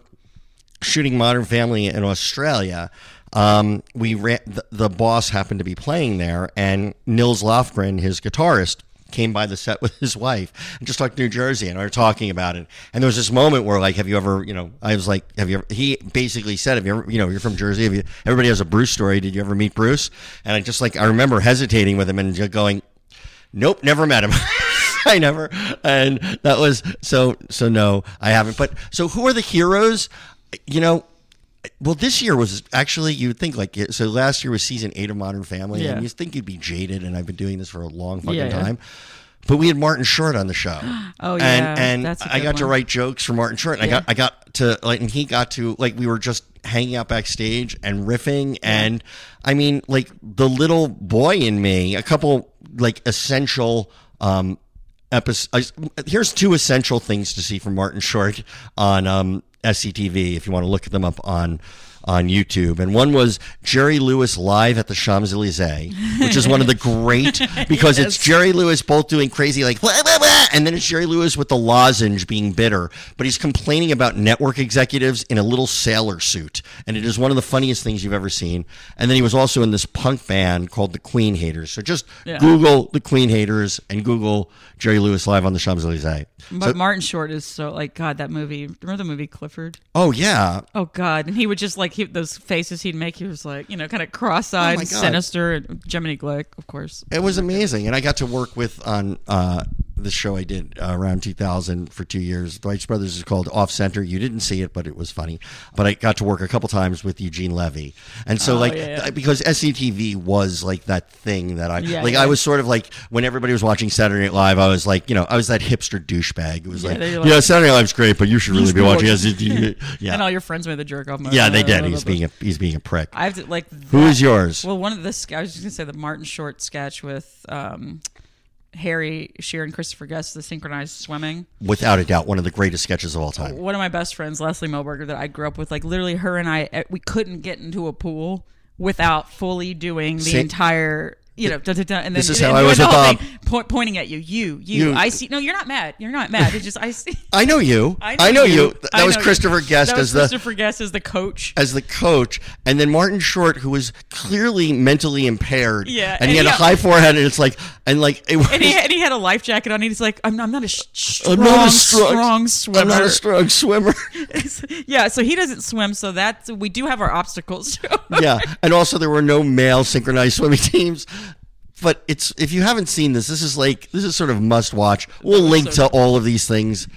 [SPEAKER 3] shooting Modern Family in Australia. Um, we ran, the, the boss happened to be playing there, and Nils Lofgren, his guitarist, came by the set <laughs> with his wife and just talked New Jersey, and we were talking about it. And there was this moment where, like, have you ever, you know, I was like, have you ever, he basically said, have you ever, you know, you're from Jersey, have you, everybody has a Bruce story. Did you ever meet Bruce? And I just, like, I remember hesitating with him and just going, nope, never met him. <laughs> I never. And that was so, so no, I haven't. But so who are the heroes? You know, well, this year was actually, you would think like, so last year was season eight of Modern Family,
[SPEAKER 4] Yeah.
[SPEAKER 3] and you think you'd be jaded, and I've been doing this for a long fucking
[SPEAKER 4] Yeah, yeah.
[SPEAKER 3] time. But we had Martin Short on the
[SPEAKER 4] <gasps>
[SPEAKER 3] show.
[SPEAKER 4] Oh, yeah,
[SPEAKER 3] And, and
[SPEAKER 4] that's a
[SPEAKER 3] I
[SPEAKER 4] good
[SPEAKER 3] got to
[SPEAKER 4] one.
[SPEAKER 3] write jokes for Martin Short. And I got, I got to, like, and he got to, like, we were just hanging out backstage and riffing. And I mean, like, the little boy in me, a couple, like, essential, um, episodes. Here's two essential things to see from Martin Short on, um, SCTV if you want to look them up on, on YouTube. And one was Jerry Lewis live at the Champs Elysees, which is one
[SPEAKER 4] <laughs>
[SPEAKER 3] of the great, because it's Jerry Lewis both doing crazy, like, <laughs> "Wah, wah, wah," and then it's Jerry Lewis with the lozenge being bitter, but he's complaining about network executives in a little sailor suit. And it is one of the funniest things you've ever seen. And then he was also in this punk band called the Queen Haters. So just Google the Queen Haters and Google Jerry Lewis live on the Champs Elysees.
[SPEAKER 4] But Martin Short is so like God. That movie. Remember the movie Clifford?
[SPEAKER 3] Oh, yeah.
[SPEAKER 4] Oh God! And he would just like he, those faces he'd make. He was like you know kind of cross-eyed,
[SPEAKER 3] Oh, my
[SPEAKER 4] and
[SPEAKER 3] God.
[SPEAKER 4] sinister. And Gemini Glick, of course.
[SPEAKER 3] It was amazing, and I got to work with on uh, the show I did uh, around 2000 for two years. The Weitz Brothers is called Off Center. You didn't see it, but it was funny. But I got to work a couple times with Eugene Levy, and
[SPEAKER 4] Oh,
[SPEAKER 3] so like th- because SCTV was like that thing that I
[SPEAKER 4] Yeah,
[SPEAKER 3] like.
[SPEAKER 4] yeah.
[SPEAKER 3] I was sort of like when everybody was watching Saturday Night Live, I was like you know I was that hipster douchebag. It was like,
[SPEAKER 4] they were
[SPEAKER 3] yeah, Saturday Night Live's great, but you should really be
[SPEAKER 4] should be <laughs>
[SPEAKER 3] watching
[SPEAKER 4] watching-
[SPEAKER 3] SCTV.
[SPEAKER 4] And
[SPEAKER 3] Yeah,
[SPEAKER 4] all your friends made the jerk off. motion.
[SPEAKER 3] yeah, they did.
[SPEAKER 4] Blah,
[SPEAKER 3] He's
[SPEAKER 4] blah, blah.
[SPEAKER 3] being a he's being a prick.
[SPEAKER 4] I have to like.
[SPEAKER 3] Who
[SPEAKER 4] that-
[SPEAKER 3] is yours?
[SPEAKER 4] Well, one of the sk- I was just gonna say the Martin Short sketch with um, Harry Shearer and Christopher Guest, the synchronized swimming.
[SPEAKER 3] Without a doubt, one of the greatest sketches of all time.
[SPEAKER 4] One of my best friends, Leslie Moberger, that I grew up with, like literally her and I, eh, we couldn't get into a pool without fully doing the
[SPEAKER 3] Sa-
[SPEAKER 4] entire. You know, da, da, da, and then
[SPEAKER 3] This is
[SPEAKER 4] and
[SPEAKER 3] how I
[SPEAKER 4] doing
[SPEAKER 3] was
[SPEAKER 4] the
[SPEAKER 3] with
[SPEAKER 4] whole
[SPEAKER 3] Bob.
[SPEAKER 4] thing, po- pointing at you, you, you,
[SPEAKER 3] You-
[SPEAKER 4] I see. No, you're not mad. You're not mad. It's just I see. <laughs>
[SPEAKER 3] I know you. I know, you. Th- That
[SPEAKER 4] I
[SPEAKER 3] was
[SPEAKER 4] know you.
[SPEAKER 3] Christopher Guest
[SPEAKER 4] That was
[SPEAKER 3] as the
[SPEAKER 4] Christopher Guest as the coach.
[SPEAKER 3] as the coach, and then Martin Short, who was clearly mentally impaired.
[SPEAKER 4] Yeah,
[SPEAKER 3] and he had
[SPEAKER 4] and
[SPEAKER 3] a
[SPEAKER 4] yeah.
[SPEAKER 3] high forehead, and it's like, and like, it was,
[SPEAKER 4] and he, and he had a life jacket on. He's like, I'm, I'm not a sh- strong,
[SPEAKER 3] I'm not a
[SPEAKER 4] strong, swimmer.
[SPEAKER 3] I'm not a strong
[SPEAKER 4] <laughs>
[SPEAKER 3] swimmer.
[SPEAKER 4] yeah, so he doesn't swim. So that's we do have our obstacles. <laughs>
[SPEAKER 3] yeah, and also there were no male synchronized swimming teams. But it's if you haven't seen this, this is like this is sort of must watch. We'll link to all of these things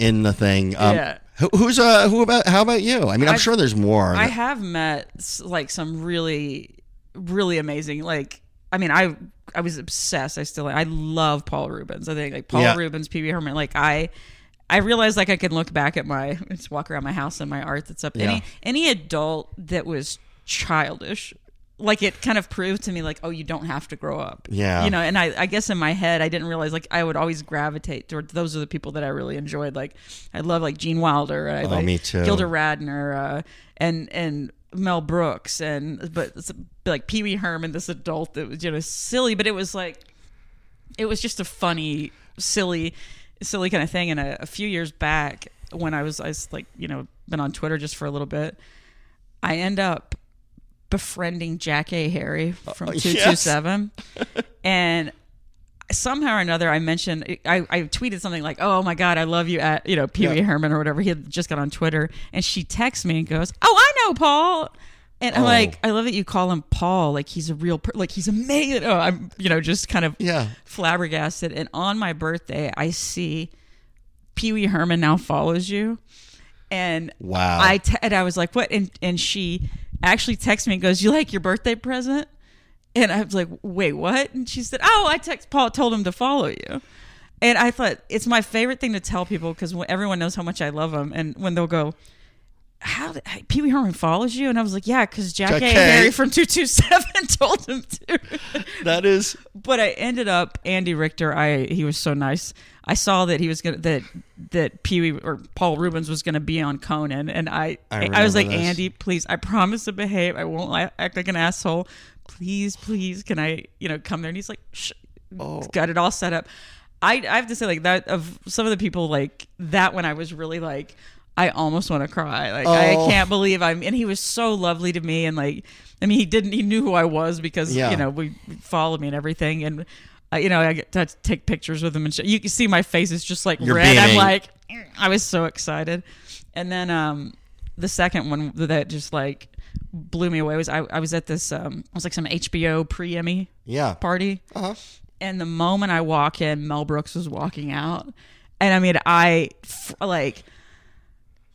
[SPEAKER 3] in the thing. Um,
[SPEAKER 4] Yeah.
[SPEAKER 3] who- Who's uh who about how about you? I mean, I'm sure there's more.
[SPEAKER 4] I have met s- like some really, really amazing. Like, I mean, I I was obsessed. I still I love Paul Rubens. I think like Paul
[SPEAKER 3] Yeah.
[SPEAKER 4] Rubens, PB Herman. Like I. I realized like I can look back at my <laughs> just walk around my house and my art that's up.
[SPEAKER 3] Yeah.
[SPEAKER 4] Any any adult that was childish, like it kind of proved to me like, oh, you don't have to grow up.
[SPEAKER 3] Yeah.
[SPEAKER 4] You know, and I, I guess in my head I didn't realize like I would always gravitate towards those are the people that I really enjoyed. Like I love like Gene Wilder. I like
[SPEAKER 3] me too.
[SPEAKER 4] Gilda Radner uh, and and Mel Brooks and but it's like Pee Wee Herman, this adult that was you know silly, but it was like it was just a funny, silly, silly kind of thing. And a, a few years back, when I was I was like you know been on Twitter just for a little bit, I end up befriending Jack A. Harry
[SPEAKER 3] Oh,
[SPEAKER 4] from two
[SPEAKER 3] <laughs>
[SPEAKER 4] two seven, and somehow or another I mentioned I, I tweeted something like, "Oh my god, I love you," at you know Pee Wee Herman or whatever. He had just got on Twitter, and she texts me and goes, "Oh, I know Paul." And I'm like, I love that you call him Paul. Like he's a real, per- like he's amazing. Oh, I'm, you know, just kind of
[SPEAKER 3] Yeah.
[SPEAKER 4] flabbergasted. And on my birthday, I see Pee Wee Herman now follows you. And
[SPEAKER 3] Wow.
[SPEAKER 4] I te- and I was like, what? And and she actually texts me and goes, "You like your birthday present?" And I was like, "Wait, what?" And she said, "Oh, I text Paul, told him to follow you." And I thought it's my favorite thing to tell people because everyone knows how much I love them, and when they'll go, how did, Pee Wee Herman follows you? And I was like, yeah, because Jack,
[SPEAKER 3] Jack
[SPEAKER 4] A.
[SPEAKER 3] A.
[SPEAKER 4] Harry from 227 <laughs> told him to.
[SPEAKER 3] That is
[SPEAKER 4] but I ended up Andy Richter. I he was so nice. I saw that he was gonna that that Pee Wee or Paul Rubens was gonna be on Conan, and I
[SPEAKER 3] I
[SPEAKER 4] I, was
[SPEAKER 3] remember
[SPEAKER 4] like
[SPEAKER 3] this.
[SPEAKER 4] Andy, please, I promise to behave. I won't li- act like an asshole. Please, please, can I you know come there? And he's like, Shh.
[SPEAKER 3] Oh.
[SPEAKER 4] got it all set up. I I have to say like that of some of the people like that when I was really like. I almost want to cry. Like I
[SPEAKER 3] Oh.
[SPEAKER 4] can't believe I'm. And he was so lovely to me, and like, I mean, he didn't. He knew who I was because
[SPEAKER 3] Yeah.
[SPEAKER 4] you know we followed me and everything, and uh, you know I get to take pictures with him and shit. You can see my face is just like
[SPEAKER 3] You're
[SPEAKER 4] red. I'm
[SPEAKER 3] beaming.
[SPEAKER 4] like, "Mm." I was so excited, and then um, the second one that just like blew me away was I, I was at this um, it was like some HBO pre Emmy
[SPEAKER 3] yeah. Uh-huh.
[SPEAKER 4] party, and the moment I walk in, Mel Brooks was walking out, and I mean I f- like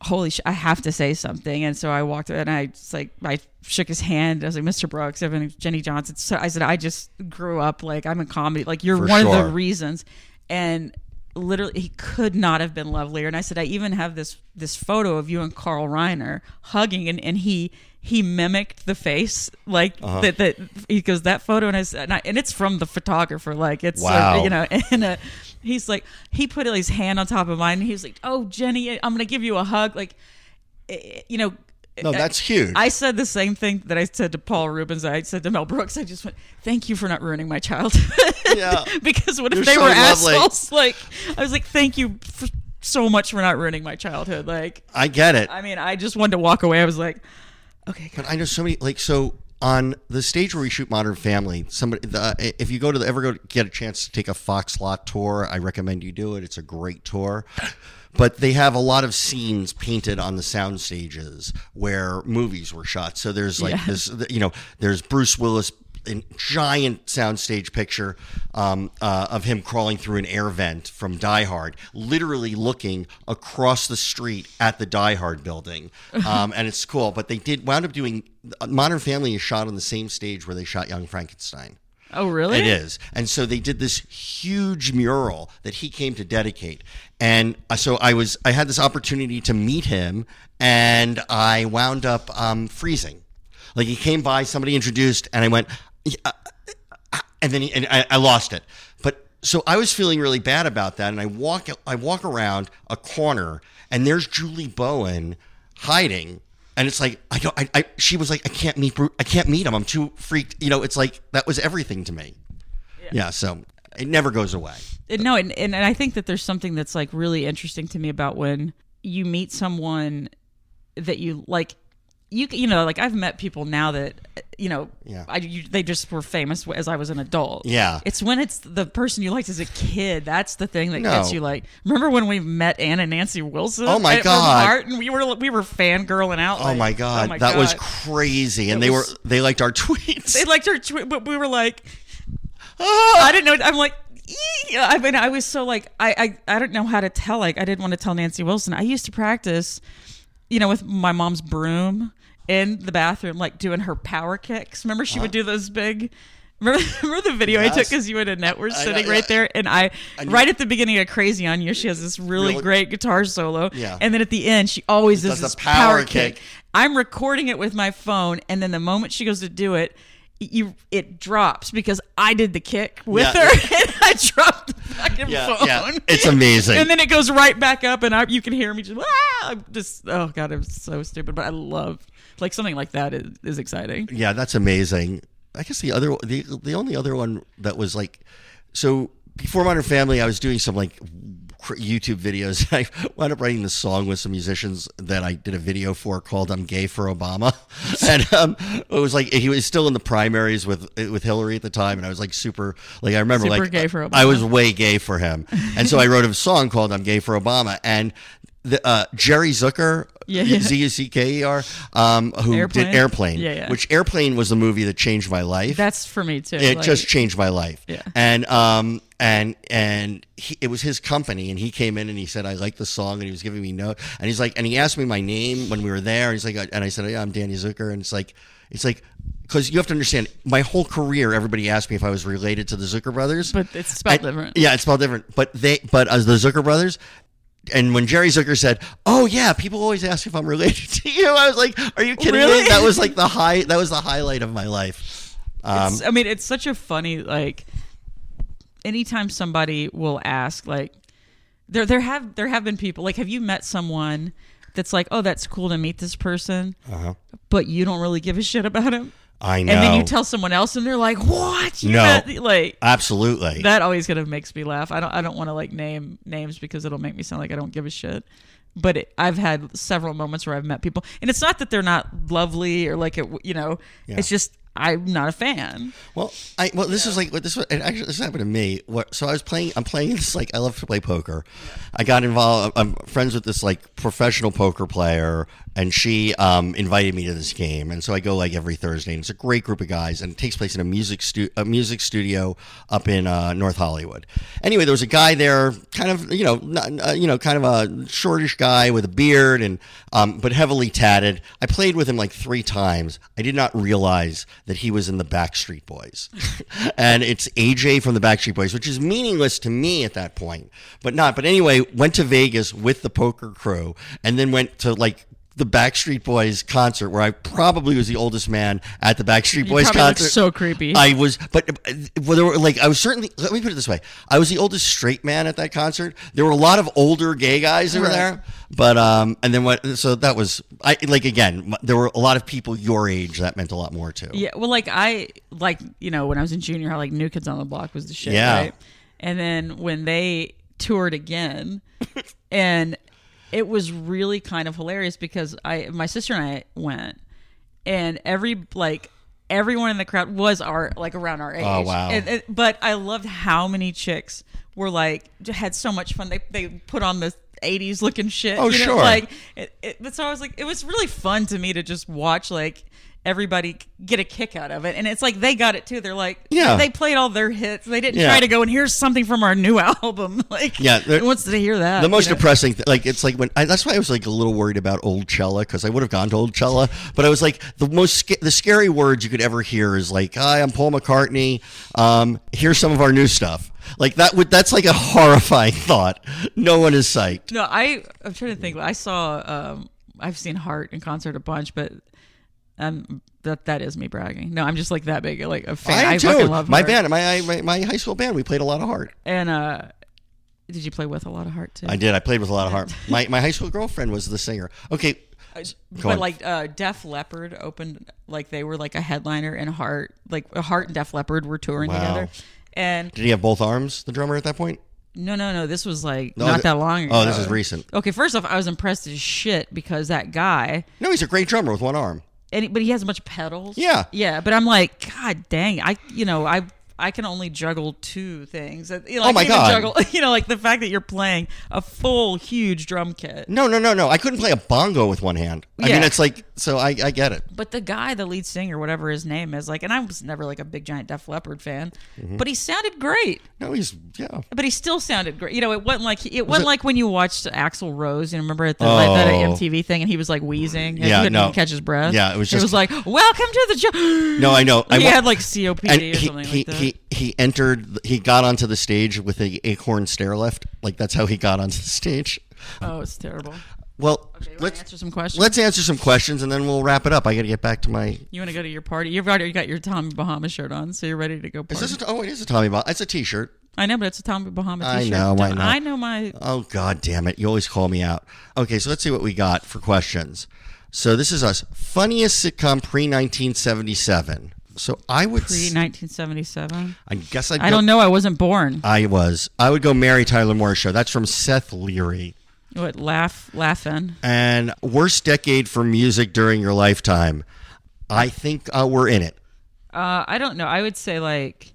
[SPEAKER 4] holy sh- I have to say something. And so I walked and I just like, I shook his hand. I was like, Mr. Brooks, I've been with Jenny Johnson. So I said, I just grew up like I'm in comedy. Like you're
[SPEAKER 3] For
[SPEAKER 4] one of
[SPEAKER 3] sure.
[SPEAKER 4] the reasons. And literally he could not have been lovelier. And I said, I even have this, this photo of you and Carl Reiner hugging and, and he, he mimicked the face like that, that he goes that photo and I said, and, I, and it's from the photographer. Like it's,
[SPEAKER 3] Wow.
[SPEAKER 4] uh, you know, <laughs> and uh, he's like, he put his hand on top of mine and he was like, oh, Jenny, I'm going to give you a hug. Like, eh, you know,
[SPEAKER 3] No, that's huge.
[SPEAKER 4] I said the same thing that I said to Paul Rubens. I said to Mel Brooks. I just went, "Thank you for not ruining my childhood." <laughs>
[SPEAKER 3] Yeah.
[SPEAKER 4] because what if
[SPEAKER 3] You're
[SPEAKER 4] they
[SPEAKER 3] so
[SPEAKER 4] were
[SPEAKER 3] lovely.
[SPEAKER 4] assholes? <laughs> Like, I was like, "Thank you for so much for not ruining my childhood." Like,
[SPEAKER 3] I get it.
[SPEAKER 4] I mean, I just wanted to walk away. I was like, "Okay, God."
[SPEAKER 3] But I know so many like so on the stage where we shoot Modern Family. Somebody, the, if you go to the, ever go to, get a chance to take a Fox Lot tour, I recommend you do it. It's a great tour. But they have a lot of scenes painted on the sound stages where movies were shot. So there's like this, you know, there's Bruce Willis a giant soundstage picture um, uh, of him crawling through an air vent from Die Hard, literally looking across the street at the Die Hard building, um, and it's cool. But they did wound up doing Modern Family is shot on the same stage where they shot Young Frankenstein.
[SPEAKER 4] oh really?"
[SPEAKER 3] It is. And so they did this huge mural that he came to dedicate. And uh, so I was I had this opportunity to meet him and I wound up um, freezing. Like he came by, somebody introduced and I went "Yeah, uh, uh," and then he, and I, I lost it. But so I was feeling really bad about that and I walk I walk around a corner and there's Julie Bowen hiding and it's like I don't. I, I she was like I can't meet. Bru- I can't meet him. I'm too freaked. You know. It's like that was everything to me. Yeah. so it never goes away.
[SPEAKER 4] And no and, and and i think that there's something that's like really interesting to me about when you meet someone that you like you c- you know like i've met people now that uh, you know
[SPEAKER 3] Yeah.
[SPEAKER 4] I, you, they just were famous as i was an adult
[SPEAKER 3] Yeah.
[SPEAKER 4] it's when it's the person you liked as a kid that's the thing that
[SPEAKER 3] No.
[SPEAKER 4] gets you like remember when we met anna nancy wilson
[SPEAKER 3] Oh, my
[SPEAKER 4] at- from
[SPEAKER 3] God.
[SPEAKER 4] Art, and we were we were fangirling out
[SPEAKER 3] Oh
[SPEAKER 4] like,
[SPEAKER 3] my god,
[SPEAKER 4] oh my
[SPEAKER 3] that was
[SPEAKER 4] God.
[SPEAKER 3] crazy. And
[SPEAKER 4] It
[SPEAKER 3] they
[SPEAKER 4] was-
[SPEAKER 3] were they liked our <laughs> tweets.
[SPEAKER 4] they liked her tweet, but we were like,
[SPEAKER 3] <laughs>
[SPEAKER 4] oh, I didn't know. I'm like, "Ee." I mean, I was so like, I, I, I don't know how to tell. Like, I didn't want to tell Nancy Wilson. I used to practice, you know, with my mom's broom in the bathroom, like doing her power kicks. Remember, she would do those big. Remember, <laughs> remember the video I took
[SPEAKER 3] Yes.
[SPEAKER 4] because you and Annette were sitting
[SPEAKER 3] yeah.
[SPEAKER 4] right there, and I, right at the beginning of Crazy on You, she has this really,
[SPEAKER 3] Really-
[SPEAKER 4] great guitar solo,
[SPEAKER 3] Yeah.
[SPEAKER 4] and then at the end, she always does,
[SPEAKER 3] Does the
[SPEAKER 4] this power,
[SPEAKER 3] power
[SPEAKER 4] kick.
[SPEAKER 3] kick.
[SPEAKER 4] I'm recording it with my phone, and then the moment she goes to do it, you it drops because I did the kick with
[SPEAKER 3] Yeah.
[SPEAKER 4] her, <laughs> and I dropped the fucking
[SPEAKER 3] yeah,
[SPEAKER 4] phone.
[SPEAKER 3] yeah, it's amazing.
[SPEAKER 4] <laughs> And then it goes right back up, and I, you can hear me just, "Ah!" I'm just, oh god, I'm so stupid, but I love like something like that is, is exciting.
[SPEAKER 3] yeah, that's amazing. I guess the other the the only other one that was like so before Modern Family, I was doing some like cr- YouTube videos. <laughs> I wound up writing this song with some musicians that I did a video for called "I'm Gay for Obama," <laughs> and um, it was like he was still in the primaries with with Hillary at the time, and I was like super like I remember
[SPEAKER 4] Super
[SPEAKER 3] like
[SPEAKER 4] gay for Obama.
[SPEAKER 3] I was way gay for him, and so I wrote a song called "I'm Gay for Obama," and the, uh, Jerry Zucker,
[SPEAKER 4] Yeah.
[SPEAKER 3] Z U C K E R, um, who
[SPEAKER 4] Airplane?
[SPEAKER 3] did Airplane,
[SPEAKER 4] Yeah, yeah.
[SPEAKER 3] which Airplane was the movie that changed my life.
[SPEAKER 4] That's for me too.
[SPEAKER 3] it
[SPEAKER 4] like-
[SPEAKER 3] just changed my life.
[SPEAKER 4] Yeah.
[SPEAKER 3] And um and and he, it was his company, and he came in and he said, "I like the song," and he was giving me note, and he's like, and he asked me my name when we were there, and he's like, and I said, "Yeah, I'm Danny Zucker," and it's like, it's like. Because you have to understand, my whole career, everybody asked me if I was related to the Zucker brothers.
[SPEAKER 4] but it's spelled
[SPEAKER 3] And-
[SPEAKER 4] different.
[SPEAKER 3] Yeah, it's spelled different. But they, but as the Zucker brothers, and when Jerry Zucker said, "Oh yeah, people always ask if I'm related to you," I was like, "Are you kidding
[SPEAKER 4] Really?
[SPEAKER 3] me?" That was like the high. That was the highlight of my life. Um,
[SPEAKER 4] It's- I mean, it's such a funny like. Anytime somebody will ask, like, there there have there have been people like, have you met someone that's like, oh, that's cool to meet this person,
[SPEAKER 3] Uh-huh.
[SPEAKER 4] but you don't really give a shit about him,
[SPEAKER 3] I know.
[SPEAKER 4] and then you tell someone else, and they're like, what? You
[SPEAKER 3] No.
[SPEAKER 4] met the-" like
[SPEAKER 3] Absolutely.
[SPEAKER 4] that always kind of makes me laugh. I don't I don't want to like name names because it'll make me sound like I don't give a shit. But it, I've had several moments where I've met people, and it's not that they're not lovely or like it, you know. It's just I'm not a fan.
[SPEAKER 3] Well, I well this is like this was it actually this happened to me. What so I was playing I'm playing this like I love to play poker. I got involved I'm friends with this like professional poker player and she um, invited me to this game and so I go like every Thursday and it's a great group of guys and it takes place in a music stu- a music studio up in uh, North Hollywood. Anyway, there was a guy there kind of you know not, uh, you know kind of a shortish guy with a beard and um, but heavily tatted. I played with him like 3 times. I did not realize that he was in the Backstreet
[SPEAKER 4] <laughs>
[SPEAKER 3] Boys. and it's AJ from the Backstreet Boys, which is meaningless to me at that point, but not. But anyway, went to Vegas with the poker crew and then went to like the Backstreet Boys concert where I probably was the oldest man at the Backstreet Boys
[SPEAKER 4] probably looked
[SPEAKER 3] concert.
[SPEAKER 4] so creepy.
[SPEAKER 3] I was, but uh, well, there were like I was certainly. Let me put it this way: I was the oldest straight man at that concert. There were a lot of older gay guys that were there, but um, and then what? So that was I like again. There were a lot of people your age that meant a lot more too.
[SPEAKER 4] Yeah, well, like I like you know when I was in junior high, like New Kids on the Block was the shit,
[SPEAKER 3] Yeah.
[SPEAKER 4] right? And then when they
[SPEAKER 3] <laughs>
[SPEAKER 4] toured again, and it was really kind of hilarious because I my sister and I went, and every like everyone in the crowd was our like around our age.
[SPEAKER 3] Oh, wow.
[SPEAKER 4] And- and- but I loved how many chicks were like had so much fun. They they put on this. 80s looking shit.
[SPEAKER 3] Oh,
[SPEAKER 4] you know,
[SPEAKER 3] sure.
[SPEAKER 4] Like, it, it, but so I was like, it was really fun to me to just watch like everybody get a kick out of it, and it's like they got it too. They're like,
[SPEAKER 3] Yeah.
[SPEAKER 4] they played all their hits. They didn't
[SPEAKER 3] Yeah.
[SPEAKER 4] try to go and here's something from our new <laughs> album. Like,
[SPEAKER 3] Yeah, they're-
[SPEAKER 4] who wants to hear that?
[SPEAKER 3] The most
[SPEAKER 4] you know?
[SPEAKER 3] depressing, th- like it's like when I, that's why I was like a little worried about old Cella because I would have gone to old Cella, but I was like the most sca- the scary words you could ever hear is like, "Hi, I'm Paul McCartney. Um, here's some of our new stuff." Like that would that's like a horrifying <laughs> thought. No one is psyched.
[SPEAKER 4] No, I I'm trying to think. I saw um I've seen Heart in concert a bunch, but um that that is me bragging. No, I'm just like that big like a fan. I,
[SPEAKER 3] am
[SPEAKER 4] fucking love
[SPEAKER 3] my
[SPEAKER 4] Heart.
[SPEAKER 3] band, my, my my high school band. We played a lot of heart.
[SPEAKER 4] And uh, did you play with a lot of Heart too?
[SPEAKER 3] I did. I played with a lot of <laughs> heart. My my high school girlfriend was the singer. Okay,
[SPEAKER 4] but
[SPEAKER 3] on.
[SPEAKER 4] like uh, Def Leppard opened like they were like a headliner and Heart like Heart and Def Leppard were touring
[SPEAKER 3] Wow.
[SPEAKER 4] together. And
[SPEAKER 3] did he have both arms? The drummer at that point?
[SPEAKER 4] no, no, no, this was like
[SPEAKER 3] No,
[SPEAKER 4] not
[SPEAKER 3] th-
[SPEAKER 4] that long ago.
[SPEAKER 3] Oh, this is recent.
[SPEAKER 4] Okay, first off, I was impressed as shit because that guy,
[SPEAKER 3] No, he's a great drummer with one arm.
[SPEAKER 4] and he, but he has a bunch of pedals.
[SPEAKER 3] Yeah.
[SPEAKER 4] yeah. But I'm like, God dang, I you know I I can only juggle two things. You know, I
[SPEAKER 3] Oh my
[SPEAKER 4] can't even
[SPEAKER 3] God.
[SPEAKER 4] Juggle, <laughs> you know, like the fact that you're playing a full huge drum kit.
[SPEAKER 3] No, no, no, no. I couldn't play a bongo with one hand. I mean,
[SPEAKER 4] Yeah.
[SPEAKER 3] it's like so. I, I get it.
[SPEAKER 4] But the guy, the lead singer, whatever his name is, like, and I was never like a big giant Def Leppard fan,
[SPEAKER 3] Mm-hmm.
[SPEAKER 4] but he sounded great.
[SPEAKER 3] No, he's yeah.
[SPEAKER 4] But he still sounded great. You know, it wasn't like it wasn't like when you watched Axl Rose. You know, remember at the, like, that
[SPEAKER 3] Oh.
[SPEAKER 4] MTV thing, and he was like wheezing. And
[SPEAKER 3] Yeah,
[SPEAKER 4] he couldn't
[SPEAKER 3] no.
[SPEAKER 4] even catch his breath.
[SPEAKER 3] Yeah, it was
[SPEAKER 4] He
[SPEAKER 3] just-
[SPEAKER 4] was like, "Welcome to the show."
[SPEAKER 3] <gasps> No, I know. I
[SPEAKER 4] he
[SPEAKER 3] wa-
[SPEAKER 4] had like COPD
[SPEAKER 3] And
[SPEAKER 4] or
[SPEAKER 3] he,
[SPEAKER 4] something
[SPEAKER 3] he,
[SPEAKER 4] like that.
[SPEAKER 3] he he entered. He got onto the stage with a acorn stair lift. Like that's how he got onto the stage.
[SPEAKER 4] oh, it's terrible.
[SPEAKER 3] Well,
[SPEAKER 4] Let's
[SPEAKER 3] let's
[SPEAKER 4] answer some questions.
[SPEAKER 3] let's answer some questions and then we'll wrap it up. I got to get back to my.
[SPEAKER 4] you want to go to your party? You've already got your Tommy Bahama shirt on, so you're ready to go
[SPEAKER 3] Is
[SPEAKER 4] party.
[SPEAKER 3] this a, oh, it is a Tommy Bahama. It's a T-shirt.
[SPEAKER 4] I know, but it's a Tommy Bahama
[SPEAKER 3] I
[SPEAKER 4] t-shirt.
[SPEAKER 3] know, I
[SPEAKER 4] Don't-
[SPEAKER 3] know.
[SPEAKER 4] I know my
[SPEAKER 3] Oh God damn it! You always call me out. Okay, so let's see what we got for questions. So this is us funniest sitcom pre nineteen seventy seven. So I would.
[SPEAKER 4] pre
[SPEAKER 3] s-
[SPEAKER 4] 1977.
[SPEAKER 3] I guess I'd
[SPEAKER 4] I
[SPEAKER 3] go-
[SPEAKER 4] don't know. I wasn't born.
[SPEAKER 3] I was. I would go Mary Tyler Moore show. That's from Seth Leary.
[SPEAKER 4] What laugh laughing?
[SPEAKER 3] And worst decade for music during your lifetime. I think uh, we're in it.
[SPEAKER 4] Uh, I don't know. I would say like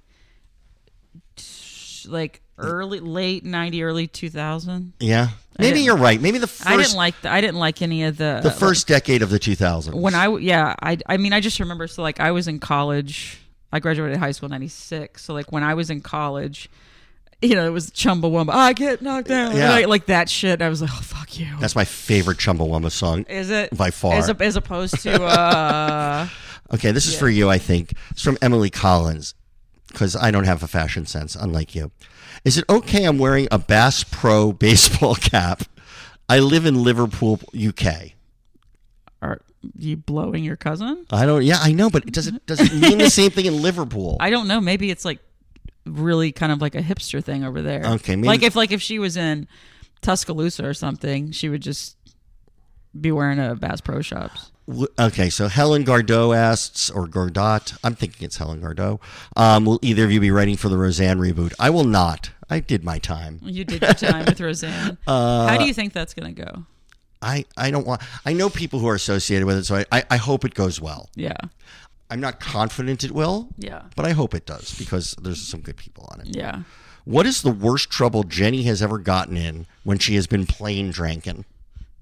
[SPEAKER 4] t- like early late 90 early 2000.
[SPEAKER 3] Yeah. Maybe
[SPEAKER 4] didn't-
[SPEAKER 3] you're right. Maybe the first
[SPEAKER 4] I didn't like the, I didn't like any of the
[SPEAKER 3] the first decade of the 2000s.
[SPEAKER 4] when I w- yeah, I I mean I just remember so like I was in college. I graduated high school in 96. So like when I was in college, you know, it was Chumbawamba. I get knocked down.
[SPEAKER 3] Yeah.
[SPEAKER 4] Like, like that shit. I was like, "Oh fuck you."
[SPEAKER 3] That's my favorite Chumbawamba song.
[SPEAKER 4] is it
[SPEAKER 3] by far.
[SPEAKER 4] as, op- as opposed
[SPEAKER 3] <laughs>
[SPEAKER 4] to uh
[SPEAKER 3] Okay, this is for you, I think. It's from Emily Collins because I don't have a fashion sense, unlike you. Is it okay I'm wearing a Bass Pro baseball <laughs> cap? I live in Liverpool, UK.
[SPEAKER 4] Are you blowing your cousin?
[SPEAKER 3] I don't. Yeah, I know, but does it does it mean
[SPEAKER 4] <laughs>
[SPEAKER 3] the same thing in Liverpool?
[SPEAKER 4] I don't know. Maybe it's like really kind of like a hipster thing over there.
[SPEAKER 3] Okay, maybe-
[SPEAKER 4] like if like if she was in Tuscaloosa or something, she would just be wearing a Bass Pro Shops.
[SPEAKER 3] W- Okay, so Helen Gardot asks, or Gardot, I'm thinking it's Helen Gardot. Um, will either of you be writing for the Roseanne reboot? I will not. I did my time.
[SPEAKER 4] You did your time
[SPEAKER 3] <laughs>
[SPEAKER 4] with Roseanne.
[SPEAKER 3] Uh,
[SPEAKER 4] How do you think that's gonna go?
[SPEAKER 3] I, I don't want. I know people who are associated with it, so I, I, I hope it goes well.
[SPEAKER 4] Yeah,
[SPEAKER 3] I'm not confident it will.
[SPEAKER 4] Yeah.
[SPEAKER 3] But I hope it does because there's some good people on it.
[SPEAKER 4] yeah.
[SPEAKER 3] What is the worst trouble Jenny has ever gotten in when she has been plain drinking?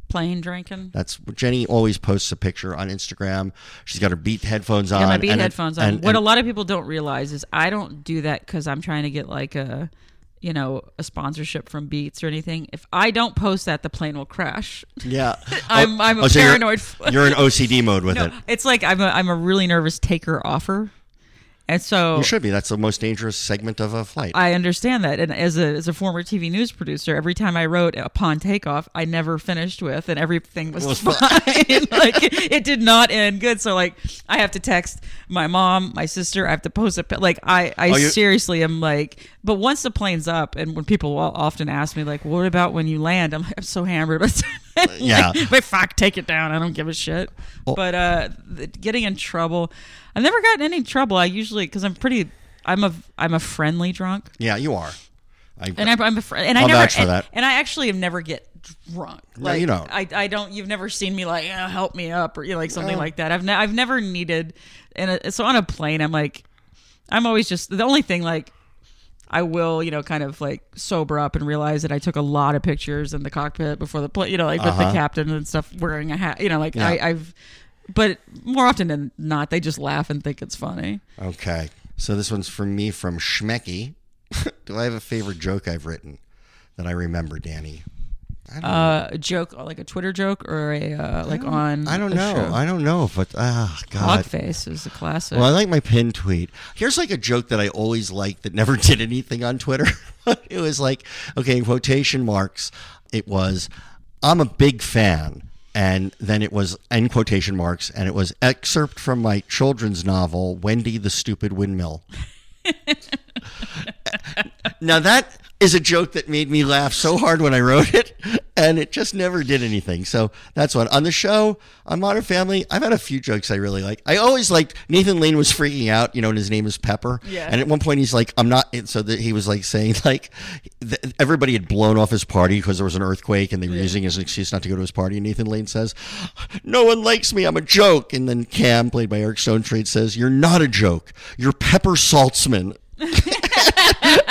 [SPEAKER 4] Plain drinking.
[SPEAKER 3] That's Jenny always posts a picture on Instagram. She's got her Beat headphones on.
[SPEAKER 4] Got my beat
[SPEAKER 3] Uh, and-
[SPEAKER 4] headphones on.
[SPEAKER 3] and-
[SPEAKER 4] what
[SPEAKER 3] and-
[SPEAKER 4] a lot of people don't realize is I don't do that because I'm trying to get like a, you know, a sponsorship from Beats or anything. If I don't post that, the plane will crash.
[SPEAKER 3] Yeah.
[SPEAKER 4] <laughs>
[SPEAKER 3] Oh,
[SPEAKER 4] I'm- I'm a
[SPEAKER 3] you're-
[SPEAKER 4] paranoid <laughs>
[SPEAKER 3] You're,
[SPEAKER 4] f-
[SPEAKER 3] in OCD mode with it.
[SPEAKER 4] It's like I'm a I'm a really nervous taker offer, and so
[SPEAKER 3] You should be. That's the most dangerous segment of a flight.
[SPEAKER 4] I understand that. And as a as a former TV news producer, every time I wrote upon takeoff, I never finished with, and everything was,
[SPEAKER 3] Was fine.
[SPEAKER 4] fine. <laughs> like it, it did not end good. So like I have to text my mom, my sister. I have to post a pi- like I I
[SPEAKER 3] Oh, you-
[SPEAKER 4] seriously am like. But once the plane's up, and when people will often ask me like, "What about when you land?" I'm like, I'm so hammered. <laughs> by the time." Like,
[SPEAKER 3] Yeah.
[SPEAKER 4] but fuck, take it down. I don't give a shit. but uh, th- getting in trouble, I've never gotten any trouble. I usually because I'm pretty. I'm a I'm a friendly drunk.
[SPEAKER 3] yeah, you are. I,
[SPEAKER 4] And I'm, I'm a friend, and I
[SPEAKER 3] I'll
[SPEAKER 4] never,
[SPEAKER 3] vouch for
[SPEAKER 4] and,
[SPEAKER 3] that.
[SPEAKER 4] and I actually have never get drunk.
[SPEAKER 3] No, you don't.
[SPEAKER 4] I, I don't. You've never seen me like "Yeah, help me up or you know, like something like that. I've ne- I've never needed, and uh, so on a plane, I'm like, I'm always just the only thing like. I will, you know, kind of like sober up and realize that I took a lot of pictures in the cockpit before the plane, you know, like with
[SPEAKER 3] Uh-huh.
[SPEAKER 4] the captain and stuff wearing a hat, you know, like I, I've, but more often than not, they just laugh and think it's funny.
[SPEAKER 3] Okay. So this one's from me from Schmecky. <laughs> Do I have a favorite joke I've written that I remember, Danny? Mm.
[SPEAKER 4] Uh, a joke, like a Twitter joke or a, uh, like on.
[SPEAKER 3] I don't
[SPEAKER 4] a
[SPEAKER 3] know.
[SPEAKER 4] show.
[SPEAKER 3] I don't know, but ah, God.
[SPEAKER 4] Dog face is a classic.
[SPEAKER 3] Well, I like my pin tweet. Here's like a joke that I always liked that never <laughs> did anything on Twitter. <laughs> it was like, okay, in quotation marks, it was, I'm a big fan. And then it was, in quotation marks, and it was excerpt from my children's novel, Wendy the Stupid Windmill. now, that is a joke that made me laugh so hard when I wrote it, and it just never did anything. So that's one. On the show, on Modern Family, I've had a few jokes I really like. I always liked Nathan Lane was freaking out, you know, and his name is Pepper.
[SPEAKER 4] Yeah.
[SPEAKER 3] And at one point, he's like, I'm not. and So that he was like saying, like, th- everybody had blown off his party because there was an earthquake, and they were using it as an excuse not to go to his party. And Nathan Lane says, No one likes me. I'm a joke. And then Cam, played by Eric Stone Trade, says, You're not a joke. You're Pepper Saltzman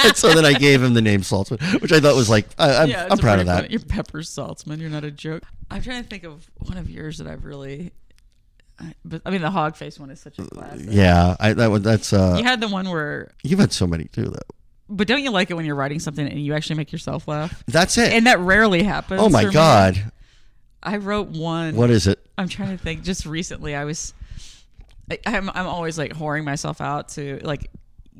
[SPEAKER 3] and <laughs> so then I gave him the name Saltzman, which I thought was like I, I'm,
[SPEAKER 4] Yeah, it's
[SPEAKER 3] I'm
[SPEAKER 4] a
[SPEAKER 3] proud
[SPEAKER 4] pretty
[SPEAKER 3] of that.
[SPEAKER 4] funny- You're Pepper Saltzman. You're not a joke. I'm trying to think of one of yours that I've really. I- But I mean, the hog face one is such a classic.
[SPEAKER 3] Uh, Yeah, I, that one. That's uh,
[SPEAKER 4] You had the one where,
[SPEAKER 3] you've had so many too, though.
[SPEAKER 4] but don't you like it when you're writing something and you actually make yourself laugh?
[SPEAKER 3] That's it.
[SPEAKER 4] And that rarely happens.
[SPEAKER 3] oh my
[SPEAKER 4] for me.
[SPEAKER 3] God,
[SPEAKER 4] I wrote one.
[SPEAKER 3] what is it?
[SPEAKER 4] I'm trying to think. Just recently, I was. I, I'm I'm always like whoring myself out to like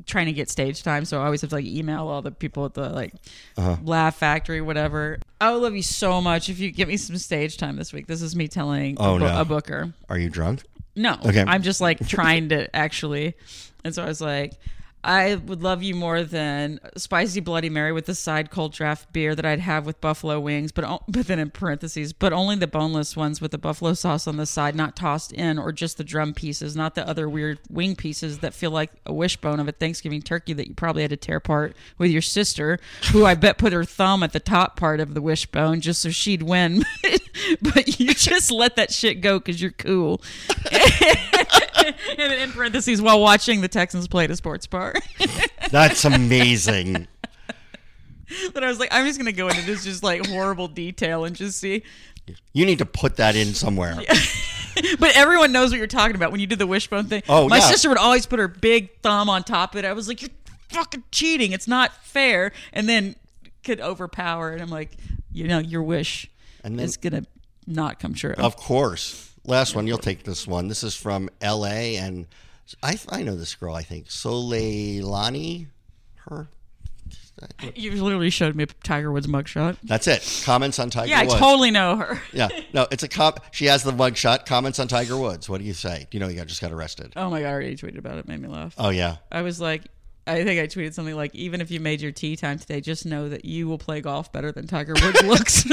[SPEAKER 4] trying to get stage time, so I always have to like email all the people at the like
[SPEAKER 3] Uh-huh.
[SPEAKER 4] Laugh Factory, whatever. I would love you so much if you give me some stage time this week. This is me telling
[SPEAKER 3] Oh,
[SPEAKER 4] a, bu-
[SPEAKER 3] no.
[SPEAKER 4] a booker.
[SPEAKER 3] Are you drunk?
[SPEAKER 4] No.
[SPEAKER 3] Okay.
[SPEAKER 4] I'm just like trying to actually. And so I was like, I would love you more than a spicy Bloody Mary with the side cold draft beer that I'd have with buffalo wings, but o- <laughs> but then in parentheses, but only the boneless ones with the buffalo sauce on the side, not tossed in, or just the drum pieces, not the other weird wing pieces that feel like a wishbone of a Thanksgiving turkey that you probably had to tear apart with your sister, who I bet put her thumb at the top part of the wishbone just so she'd win. <laughs> but you just let that shit go because you're cool in, in parentheses while watching the Texans play at a sports bar. <laughs>
[SPEAKER 3] That's amazing.
[SPEAKER 4] but I was like, I'm just gonna go into this just like horrible detail and just see.
[SPEAKER 3] you need to put that in somewhere.
[SPEAKER 4] But everyone knows what you're talking about when you did the wishbone thing.
[SPEAKER 3] Oh,
[SPEAKER 4] my
[SPEAKER 3] yeah.
[SPEAKER 4] sister would always put her big thumb on top of it. I was like, you're fucking cheating. It's not fair. And then could overpower. And I'm like, you know, your wish
[SPEAKER 3] And then-
[SPEAKER 4] is gonna not come true.
[SPEAKER 3] Of course. Last one. You'll take this one. This is from L.A. and I I know this girl. I think Soleilani. Her.
[SPEAKER 4] You literally showed me Tiger Woods mugshot.
[SPEAKER 3] That's it. Comments on Tiger
[SPEAKER 4] Yeah, I
[SPEAKER 3] Woods.
[SPEAKER 4] totally know her. <laughs>
[SPEAKER 3] Yeah, no, it's a cop. She has the mugshot. Comments on Tiger Woods. What do you say? You know, he got, just got arrested.
[SPEAKER 4] Oh my god, I already tweeted about it. It Made me laugh.
[SPEAKER 3] Oh yeah,
[SPEAKER 4] I was like, I think I tweeted something like, even if you made your tea time today, just know that you will play golf better than Tiger Woods looks.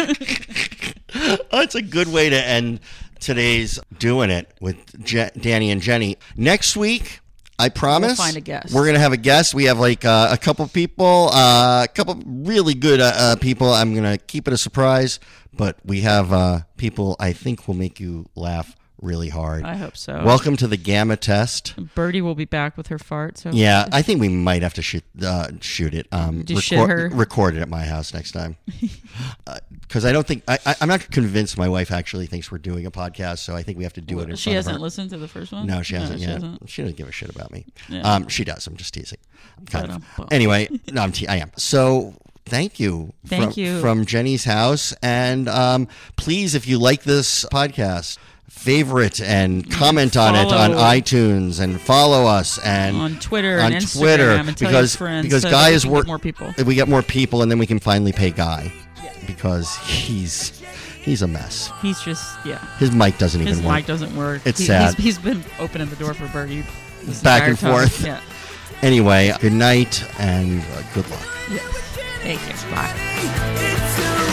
[SPEAKER 3] That's Oh, a good way to end today's doing it with Je- Danny and Jenny. Next week, I promise,
[SPEAKER 4] find a guest.
[SPEAKER 3] We're gonna have a guest. We have like uh, a couple people, uh, a couple really good uh, uh, people. I'm gonna keep it a surprise, but we have uh, people I think will make you laugh really hard.
[SPEAKER 4] I hope so.
[SPEAKER 3] Welcome to the Gamma Test.
[SPEAKER 4] Birdie will be back with her fart. So
[SPEAKER 3] Yeah, I think we might have to shoot uh, shoot it. Um,
[SPEAKER 4] Just shit her.
[SPEAKER 3] Record it at my house next
[SPEAKER 4] <laughs>
[SPEAKER 3] time, because I don't think I, I, I'm not convinced my wife actually thinks we're doing a podcast. So I think we have to do it. In
[SPEAKER 4] she
[SPEAKER 3] front of
[SPEAKER 4] hasn't
[SPEAKER 3] her.
[SPEAKER 4] listened to the first one.
[SPEAKER 3] No, she hasn't
[SPEAKER 4] she
[SPEAKER 3] yet.
[SPEAKER 4] hasn't.
[SPEAKER 3] She doesn't give a shit about me. Um, she does. I'm just teasing. Kind of.
[SPEAKER 4] Ba-dum-bum.
[SPEAKER 3] Anyway,
[SPEAKER 4] <laughs>
[SPEAKER 3] no, I'm te- I am. So thank you.
[SPEAKER 4] Thank
[SPEAKER 3] from,
[SPEAKER 4] you.
[SPEAKER 3] from Jenny's house, and um, please, if you like this podcast. Favorite and comment on it on
[SPEAKER 4] Follow.
[SPEAKER 3] iTunes and follow us and
[SPEAKER 4] On Twitter
[SPEAKER 3] on
[SPEAKER 4] and Instagram
[SPEAKER 3] Twitter
[SPEAKER 4] and tell your
[SPEAKER 3] because
[SPEAKER 4] friends
[SPEAKER 3] because
[SPEAKER 4] so that
[SPEAKER 3] guy
[SPEAKER 4] we
[SPEAKER 3] is
[SPEAKER 4] can get
[SPEAKER 3] work
[SPEAKER 4] more people.
[SPEAKER 3] We get more people, and then we can finally pay guy because he's he's a mess.
[SPEAKER 4] He's just yeah.
[SPEAKER 3] His mic doesn't
[SPEAKER 4] His
[SPEAKER 3] even
[SPEAKER 4] mic
[SPEAKER 3] work.
[SPEAKER 4] doesn't work.
[SPEAKER 3] It's
[SPEAKER 4] He-
[SPEAKER 3] sad.
[SPEAKER 4] He's, he's been opening the door for Birdie this
[SPEAKER 3] Back
[SPEAKER 4] entire
[SPEAKER 3] and
[SPEAKER 4] time.
[SPEAKER 3] forth.
[SPEAKER 4] Yeah.
[SPEAKER 3] Anyway, good night and uh, good luck.
[SPEAKER 4] Yes. Thank you. Bye.
[SPEAKER 2] Into